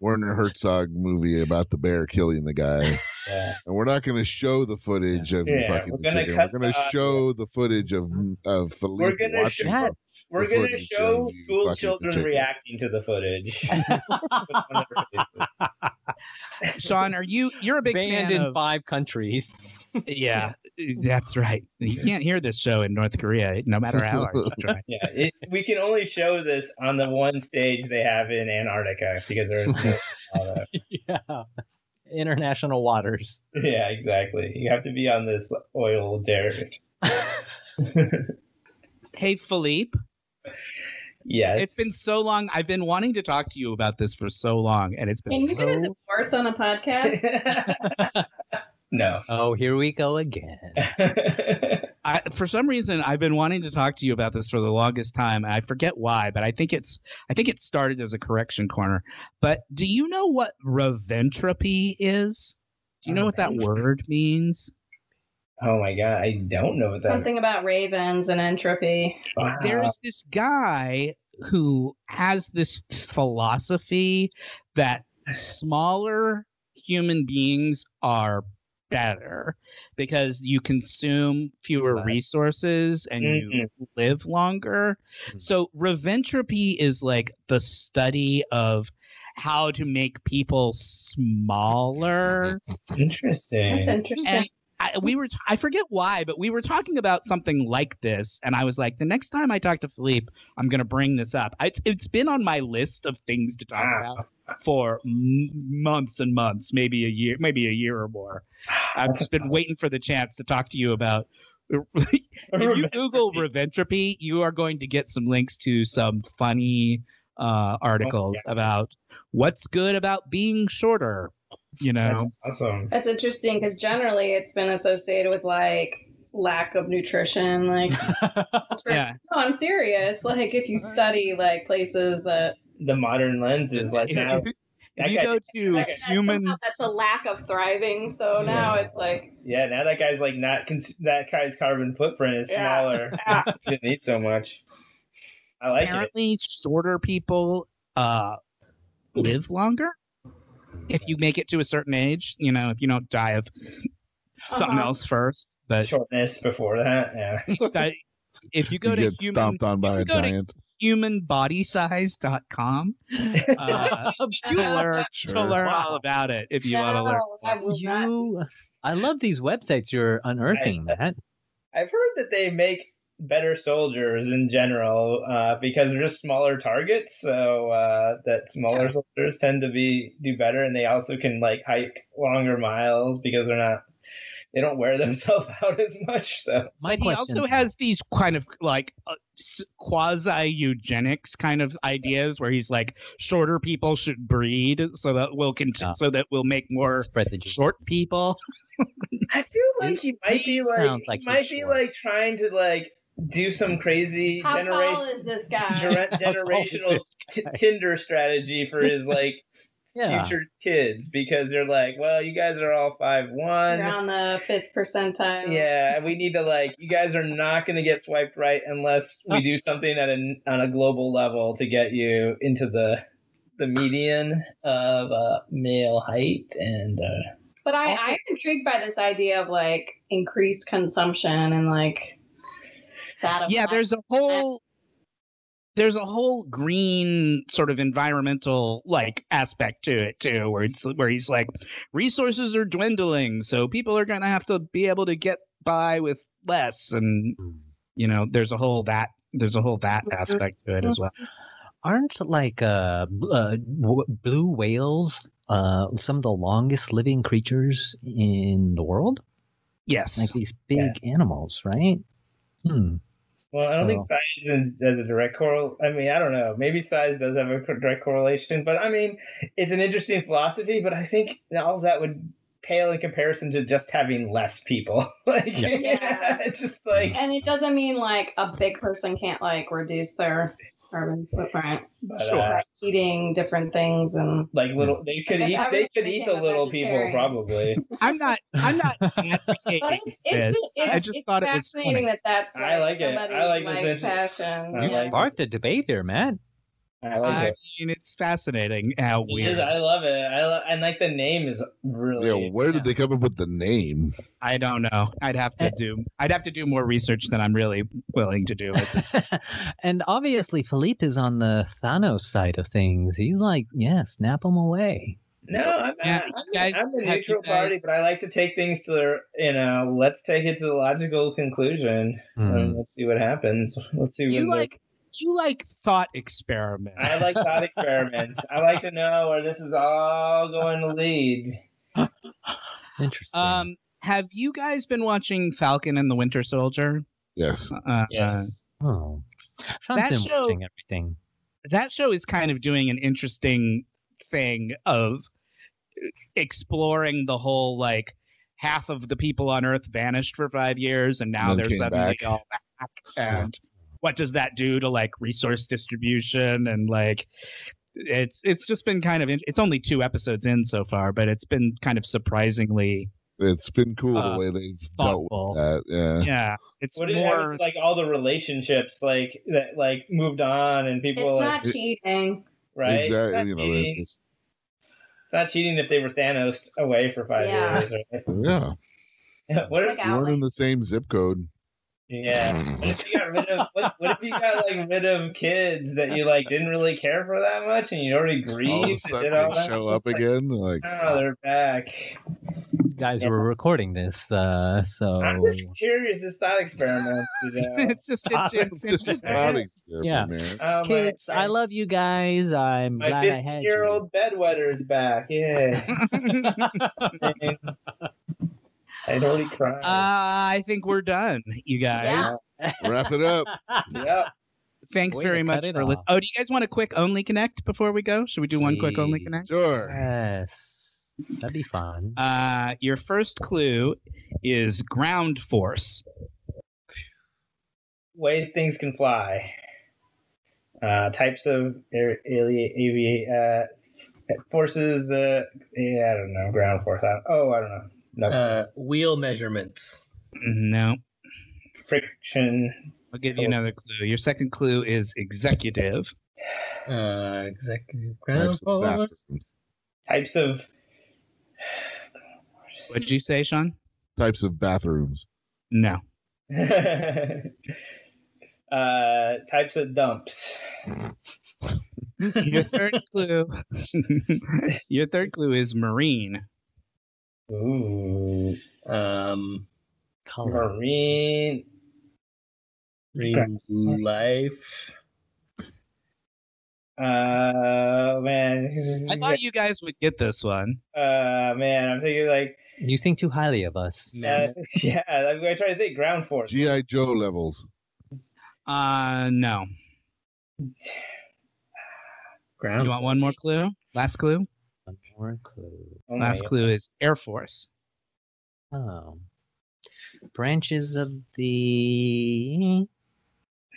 Speaker 2: Werner Herzog movie about the bear killing the guy,
Speaker 3: yeah.
Speaker 2: and we're not gonna show the footage of
Speaker 3: Yeah,
Speaker 2: fucking
Speaker 3: we're
Speaker 2: the
Speaker 3: gonna
Speaker 2: chicken.
Speaker 3: cut
Speaker 2: We're gonna
Speaker 3: the audio.
Speaker 2: show the footage of of Philippe
Speaker 3: Mm-hmm. We're gonna
Speaker 2: watching.
Speaker 5: show-
Speaker 2: the-
Speaker 3: We're
Speaker 2: Before
Speaker 3: gonna
Speaker 2: you show
Speaker 3: show
Speaker 2: you
Speaker 3: school
Speaker 2: fucking
Speaker 3: children
Speaker 2: chicken.
Speaker 3: reacting to the footage.
Speaker 1: Sean, are you you're a big
Speaker 5: Banned
Speaker 1: fan
Speaker 5: in
Speaker 1: of
Speaker 5: five countries.
Speaker 1: yeah. That's right. You can't hear this show in North Korea, no matter how hard you try.
Speaker 3: Yeah, it, we can only show this on the one stage they have in Antarctica because there's no auto.
Speaker 5: yeah. International waters.
Speaker 3: yeah, exactly. You have to be on this oil derrick.
Speaker 1: Hey, Philippe,
Speaker 3: Yes,
Speaker 1: it's been so long. I've been wanting to talk to you about this for so long, and it's
Speaker 4: Can
Speaker 1: been
Speaker 4: you get a
Speaker 1: so.
Speaker 4: divorce on a podcast?
Speaker 3: no.
Speaker 5: Oh, here we go again.
Speaker 1: I, for some reason, I've been wanting to talk to you about this for the longest time, and I forget why. But I think it's I think it started as a correction corner. But do you know what reventropy is? Do you know what
Speaker 4: Uh,
Speaker 1: that word means?
Speaker 3: oh my god, I don't know what that.
Speaker 4: Something about ravens and entropy.
Speaker 3: Wow.
Speaker 1: there's this guy who has this philosophy that smaller human beings are better because you consume fewer
Speaker 5: Less.
Speaker 1: resources and
Speaker 3: Mm,
Speaker 1: you
Speaker 3: Mm-hmm.
Speaker 1: live longer.
Speaker 5: Mhm.
Speaker 1: So reventropy is like the study of how to make people smaller.
Speaker 3: Interesting.
Speaker 4: That's interesting.
Speaker 1: And I, we were, t- I forget why, but we were talking about something like this. And I was like, the next time I talk to Philippe, I'm going to bring this up. I, it's, it's been on my list of things to talk
Speaker 3: Wow.
Speaker 1: about for m- months and months, maybe a year, maybe a year or more. I've just been waiting for the chance to talk to you about. uh, if you Google reventropy, you are going to get some links to some funny uh, articles about what's good about being shorter. You know,
Speaker 3: That's awesome.
Speaker 4: That's interesting because generally it's been associated with like lack of nutrition. Like,
Speaker 1: Yeah.
Speaker 4: no, I'm serious. Like, if you study like places that
Speaker 3: The modern lens is like now.
Speaker 1: If
Speaker 3: I
Speaker 1: you
Speaker 3: got-
Speaker 1: go to
Speaker 4: that- that
Speaker 1: human
Speaker 4: somehow that's a lack of thriving. So now it's like,
Speaker 3: Yeah, now that guy's like not cons- that guy's carbon footprint is
Speaker 4: Yeah.
Speaker 3: smaller.
Speaker 4: Yeah.
Speaker 3: Didn't eat so much. I like it.
Speaker 1: apparently shorter people uh live longer if you make it to a certain age you know if you don't die of something
Speaker 4: Uh-huh.
Speaker 1: else first but
Speaker 3: Shortness before that. Yeah.
Speaker 1: stu- if you go
Speaker 2: you
Speaker 1: to
Speaker 2: get
Speaker 1: human,
Speaker 2: stomped on by a
Speaker 1: you go to-
Speaker 2: giant.
Speaker 1: humanbodysize.com uh, to learn,
Speaker 2: Sure.
Speaker 1: to learn
Speaker 5: Wow.
Speaker 1: all about it if you want to
Speaker 4: No,
Speaker 1: learn
Speaker 4: I will not be-
Speaker 5: you, I love these websites you're unearthing, Matt.
Speaker 3: I've heard that they make better soldiers in general uh, because they're just smaller targets. So uh, that smaller soldiers tend to be do better, and they also can like hike longer miles because they're not they don't wear themselves out as much. So
Speaker 5: My
Speaker 1: he
Speaker 5: question
Speaker 1: also has these kind of like uh, quasi eugenics kind of ideas where he's like shorter people should breed so that we'll cont-
Speaker 5: Yeah.
Speaker 1: so that we'll make more
Speaker 5: spread the juice.
Speaker 1: short people
Speaker 3: I feel like he might be
Speaker 5: he
Speaker 3: like,
Speaker 5: sounds like
Speaker 3: he might
Speaker 5: he's
Speaker 3: be
Speaker 5: short.
Speaker 3: like trying to like do some crazy
Speaker 4: How tall
Speaker 3: generation
Speaker 4: is this guy?
Speaker 3: gener-
Speaker 5: How tall is
Speaker 3: generational
Speaker 5: this
Speaker 3: t-
Speaker 5: guy?
Speaker 3: Tinder strategy for his like
Speaker 5: Yeah.
Speaker 3: future kids because they're like, well, you guys are all five one.
Speaker 4: You're on the fifth percentile.
Speaker 3: Yeah, we need to like. You guys are not going to get swiped right unless we do something at a on a global level to get you into the the median of uh, male height and uh,
Speaker 4: But I, I'm intrigued by this idea of like increased consumption and like that. Of
Speaker 1: yeah there's a whole there's a whole green sort of environmental like aspect to it too where it's where he's like resources are dwindling so people are going to have to be able to get by with less and you know there's a whole that there's a whole that
Speaker 4: Mhm.
Speaker 1: aspect to it as well
Speaker 5: Aren't like uh, bl- uh w- blue whales uh some of the longest living creatures in the world? Like
Speaker 1: yes
Speaker 5: these big
Speaker 3: Yes.
Speaker 5: animals, right? Hmm.
Speaker 3: well, I don't think
Speaker 5: So-
Speaker 3: size is, has a direct correl. I mean, I don't know. Maybe size does have a co- direct correlation, but I mean, it's an interesting philosophy. But I think all of that would pale in comparison to just having less people. like,
Speaker 5: Yeah.
Speaker 4: Yeah.
Speaker 3: it's just like
Speaker 4: And it doesn't mean like a big person can't like reduce their carbon footprint
Speaker 3: but,
Speaker 1: Sure.
Speaker 3: uh,
Speaker 4: by eating different things and
Speaker 3: like little. They could
Speaker 4: If
Speaker 3: eat. They
Speaker 4: everyone
Speaker 3: could eat the
Speaker 4: became a
Speaker 3: little people
Speaker 4: vegetarian.
Speaker 3: probably.
Speaker 1: i'm not i'm not advocating
Speaker 4: but
Speaker 1: this.
Speaker 4: it's it's, it's
Speaker 1: I just
Speaker 4: it's
Speaker 1: thought it was
Speaker 4: fascinating
Speaker 1: funny.
Speaker 4: that that's like
Speaker 3: I like it. I
Speaker 4: somebody's
Speaker 3: like this
Speaker 4: like
Speaker 3: interest.
Speaker 4: passion.
Speaker 3: I
Speaker 5: You
Speaker 3: like it.
Speaker 5: sparked a debate here, Matt.
Speaker 3: I
Speaker 1: I
Speaker 3: like it.
Speaker 1: mean, it's fascinating how
Speaker 3: It
Speaker 1: weird.
Speaker 3: is, I love it. I lo- and like the name is
Speaker 2: Yeah,
Speaker 3: really.
Speaker 2: where did they come up with the name?
Speaker 1: I don't know. I'd have
Speaker 3: Eh.
Speaker 1: to do. I'd have to do more research than I'm really willing to do. at this-
Speaker 5: and obviously, Philippe is on the Thanos side of things. He's like, yeah, snap him away.
Speaker 3: No, I'm,
Speaker 1: Yeah,
Speaker 3: I'm,
Speaker 1: you guys-
Speaker 3: I'm a
Speaker 1: have you
Speaker 3: neutral party,
Speaker 1: guys-
Speaker 3: but I like to take things to their, you know, let's take it to the logical conclusion
Speaker 2: Mm-hmm.
Speaker 3: and let's see what happens. Let's see.
Speaker 1: You
Speaker 3: when the-
Speaker 1: like you like thought experiments.
Speaker 3: I like thought experiments. I like to know where this is all going to lead.
Speaker 5: Interesting.
Speaker 1: Um, have you guys been watching Falcon and the Winter Soldier?
Speaker 2: Yes.
Speaker 1: Uh,
Speaker 6: Yes.
Speaker 5: oh. Sean's
Speaker 1: that
Speaker 5: been
Speaker 1: show-
Speaker 5: watching everything.
Speaker 1: that show is kind of doing an interesting thing of uh, exploring the whole like half of the people on earth vanished for five years and now
Speaker 2: Then
Speaker 1: they're
Speaker 2: came
Speaker 1: suddenly
Speaker 2: back.
Speaker 1: all back and what does that do to like resource distribution and like it's it's just been kind of in- it's only two episodes in so far but it's been kind of surprisingly
Speaker 2: It's been cool
Speaker 1: Uh,
Speaker 2: the way they've
Speaker 1: thoughtful.
Speaker 2: dealt with that. Yeah.
Speaker 1: yeah it's
Speaker 3: What it
Speaker 1: more
Speaker 3: happens, like all the relationships, like that, like moved on, and people
Speaker 4: It's
Speaker 3: like,
Speaker 4: not cheating.
Speaker 3: right? It's
Speaker 2: Exactly.
Speaker 3: not
Speaker 2: you know, they're
Speaker 3: cheating.
Speaker 2: just,
Speaker 3: It's not cheating if they were Thanos away for five
Speaker 4: Yeah.
Speaker 3: years. Right?
Speaker 2: yeah.
Speaker 3: what if,
Speaker 4: Like
Speaker 2: We're in
Speaker 4: Alex.
Speaker 2: the same zip code.
Speaker 3: yeah. What if you got rid of what, what if you got like rid of kids that you like didn't really care for that much and you already
Speaker 2: All of a
Speaker 3: grieved and
Speaker 2: sudden,
Speaker 3: did all
Speaker 2: they
Speaker 3: that?
Speaker 2: show
Speaker 3: It's
Speaker 2: up
Speaker 3: like,
Speaker 2: again. Like,
Speaker 3: Oh, they're back.
Speaker 5: You guys were recording this, uh, so
Speaker 2: Oh,
Speaker 3: I'm just curious. This thought experiment. You know?
Speaker 1: it's just
Speaker 5: Thought
Speaker 1: it's, it's
Speaker 2: it's just
Speaker 1: interesting.
Speaker 2: body
Speaker 5: Yeah.
Speaker 2: man.
Speaker 3: Oh, my-
Speaker 5: kids, I love you guys. I'm
Speaker 3: my
Speaker 5: glad I had you.
Speaker 3: 15-year-old bedwetter is back. Yeah. I totally cried.
Speaker 1: Uh, I think we're done, you guys.
Speaker 4: Yeah.
Speaker 2: Wrap it up.
Speaker 3: yep.
Speaker 1: Thanks
Speaker 5: Way to
Speaker 1: very
Speaker 5: cut
Speaker 1: much
Speaker 5: it
Speaker 1: for listening.
Speaker 5: off.
Speaker 1: Oh, do you guys want a quick only connect before we go? Should we do one quick only
Speaker 5: Please.
Speaker 1: connect?
Speaker 2: Sure.
Speaker 5: yes, that'd be fun.
Speaker 1: Uh, your first clue is ground force.
Speaker 3: ways things can fly, uh, types of air, alien avi- uh, forces. Uh, yeah, I don't know, ground force. I, oh, I don't know. No
Speaker 6: Uh, wheel measurements.
Speaker 1: No,
Speaker 3: friction.
Speaker 1: I'll give
Speaker 5: Oh.
Speaker 1: you another clue. Your second clue is executive.
Speaker 6: Uh, executive ground
Speaker 2: Types of
Speaker 6: force.
Speaker 2: bathrooms.
Speaker 3: Types of.
Speaker 1: What'd you say, Sean?
Speaker 2: Types of bathrooms.
Speaker 1: No.
Speaker 3: uh, types of dumps.
Speaker 1: Your third clue. your third clue is marine.
Speaker 3: Ooh,
Speaker 6: Um,
Speaker 5: Color.
Speaker 3: marine
Speaker 6: marine life.
Speaker 3: Uh, man.
Speaker 1: I thought you guys would get this one.
Speaker 3: Uh, man, I'm thinking like,
Speaker 5: You think too highly of us.
Speaker 3: uh,
Speaker 6: mammoth.
Speaker 3: yeah, I'm gonna try to think ground force.
Speaker 2: GI Joe levels.
Speaker 1: Uh, no.
Speaker 6: ground.
Speaker 5: Oh.
Speaker 1: You want one more clue? Last clue.
Speaker 5: One more clue.
Speaker 3: Oh my
Speaker 1: Last
Speaker 3: God.
Speaker 1: clue is air force.
Speaker 5: Oh. Branches of the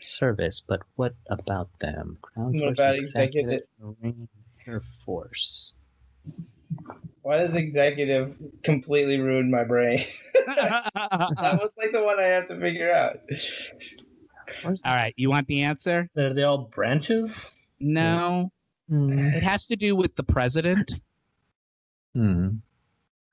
Speaker 5: service, but what about them? Ground
Speaker 3: What
Speaker 5: Force
Speaker 3: about
Speaker 5: Executive
Speaker 3: executive-
Speaker 5: Marine Air Force.
Speaker 3: Why does executive completely ruin my brain?
Speaker 1: Uh.
Speaker 3: that was like the one I have to figure out.
Speaker 5: Where's
Speaker 1: All
Speaker 5: that?
Speaker 1: right, you want the answer?
Speaker 6: Are they all branches?
Speaker 1: No.
Speaker 5: Hmm.
Speaker 1: It has to do with the president.
Speaker 5: Hmm.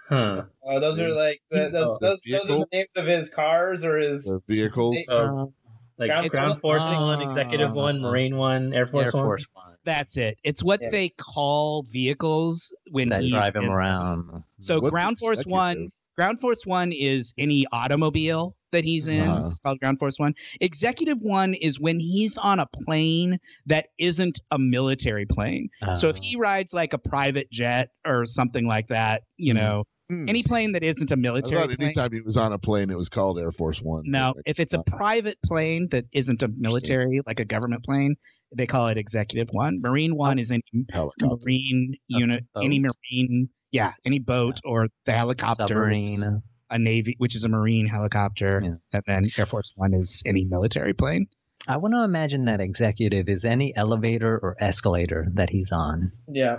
Speaker 6: Huh.
Speaker 3: Oh, those are like the, those,
Speaker 6: Oh,
Speaker 3: those, those are the
Speaker 2: vehicles?
Speaker 3: names of his cars or his.
Speaker 2: The vehicles.
Speaker 3: They-
Speaker 6: So
Speaker 1: Oh,
Speaker 5: Um,
Speaker 6: like
Speaker 3: Ground
Speaker 6: ground,
Speaker 3: force.
Speaker 6: force one, executive one,
Speaker 5: Ah.
Speaker 6: marine one, air force,
Speaker 5: Air Force One.
Speaker 1: That's it. It's what
Speaker 3: Yeah.
Speaker 1: they call vehicles when
Speaker 5: That
Speaker 1: he's
Speaker 5: drive him
Speaker 1: in-
Speaker 5: around.
Speaker 1: So
Speaker 2: What's
Speaker 1: Ground Force One,
Speaker 2: executive?
Speaker 1: Ground Force One is any automobile that he's in.
Speaker 2: Uh-huh.
Speaker 1: It's called Ground Force One. Executive One is when he's on a plane that isn't a military plane. So if
Speaker 5: Uh,
Speaker 1: he rides like a private jet or something like that, you know,
Speaker 2: Hmm.
Speaker 1: any plane that isn't a
Speaker 2: I
Speaker 1: military
Speaker 2: thought
Speaker 1: plane.
Speaker 2: anytime he was on a plane, it was called Air Force One.
Speaker 1: No,
Speaker 2: Like,
Speaker 1: if it's a
Speaker 2: uh,
Speaker 1: private plane that isn't a military, like a government plane, they call it executive one. Marine one is any
Speaker 2: helicopter.
Speaker 1: marine
Speaker 5: A
Speaker 1: unit, any
Speaker 5: boat.
Speaker 1: marine, yeah, any boat or the helicopter,
Speaker 5: submarine.
Speaker 1: is a navy, which is a marine helicopter,
Speaker 5: Yeah.
Speaker 1: and then Air Force one is any military plane.
Speaker 5: I want to imagine that executive is any elevator or escalator that he's on.
Speaker 3: Yeah,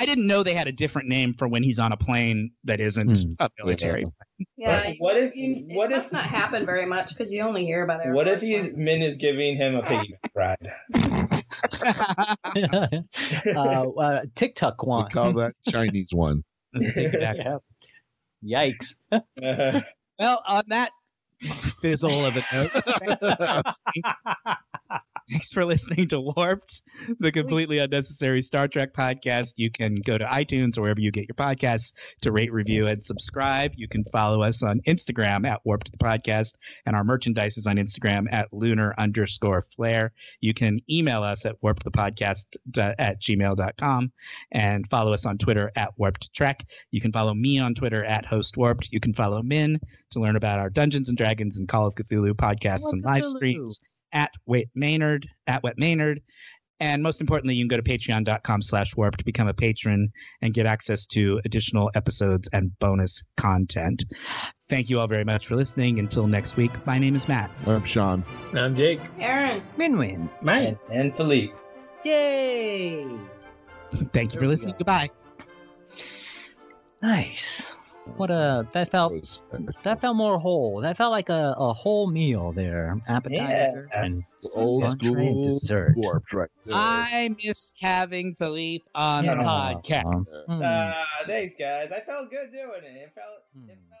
Speaker 1: I didn't know they had a different name for when he's on a plane that isn't
Speaker 5: Hmm.
Speaker 1: a military.
Speaker 4: Yeah.
Speaker 3: What
Speaker 4: you-
Speaker 3: if-
Speaker 4: you- it
Speaker 3: what if-
Speaker 4: must not happen very much because you only hear about it.
Speaker 3: what if he's Min is giving him a piggyback ride?
Speaker 5: uh, uh, TikTok
Speaker 2: They
Speaker 5: one.
Speaker 2: call that Chinese one.
Speaker 1: Let's take it back.
Speaker 5: Yikes.
Speaker 3: Uh,
Speaker 1: Well, on that fizzle of a note. Thanks for listening to Warped, the completely unnecessary Star Trek podcast. You can go to iTunes or wherever you get your podcasts to rate, review, and subscribe. You can follow us on Instagram at Warped the Podcast, and our merchandise is on Instagram at lunar underscore flare. You can email us at warpedthepodcast at gmail.com and follow us on Twitter at Warped Trek. You can follow me on Twitter at Host Warped. You can follow Min to learn about our Dungeons and Dragons and Call of Cthulhu podcasts
Speaker 5: Call of
Speaker 1: and live
Speaker 5: Cthulhu.
Speaker 1: streams at Wit Maynard, at Wet Maynard. And most importantly, you can go to patreon.com slash warp to become a patron and get access to additional episodes and bonus content. Thank you all very much for listening. Until next week, my name is Matt.
Speaker 2: I'm Sean.
Speaker 6: I'm Jake.
Speaker 4: Aaron.
Speaker 5: Win win.
Speaker 6: Mine.
Speaker 3: And, and Philippe.
Speaker 5: Yay!
Speaker 1: Thank you
Speaker 5: There
Speaker 1: for
Speaker 5: we
Speaker 1: listening.
Speaker 5: go.
Speaker 1: Goodbye.
Speaker 5: Nice. What a that felt
Speaker 2: was-
Speaker 5: that felt more whole. That felt like a, a whole meal there. Appetizer
Speaker 3: Yeah.
Speaker 5: and
Speaker 2: old
Speaker 5: Entree and
Speaker 2: school
Speaker 5: dessert.
Speaker 2: warped right there.
Speaker 1: I miss having Philippe on the
Speaker 3: Yeah.
Speaker 1: podcast.
Speaker 5: Aw. Mm.
Speaker 3: Uh, thanks, guys. I felt good doing it. It felt. It
Speaker 5: Hmm.
Speaker 3: felt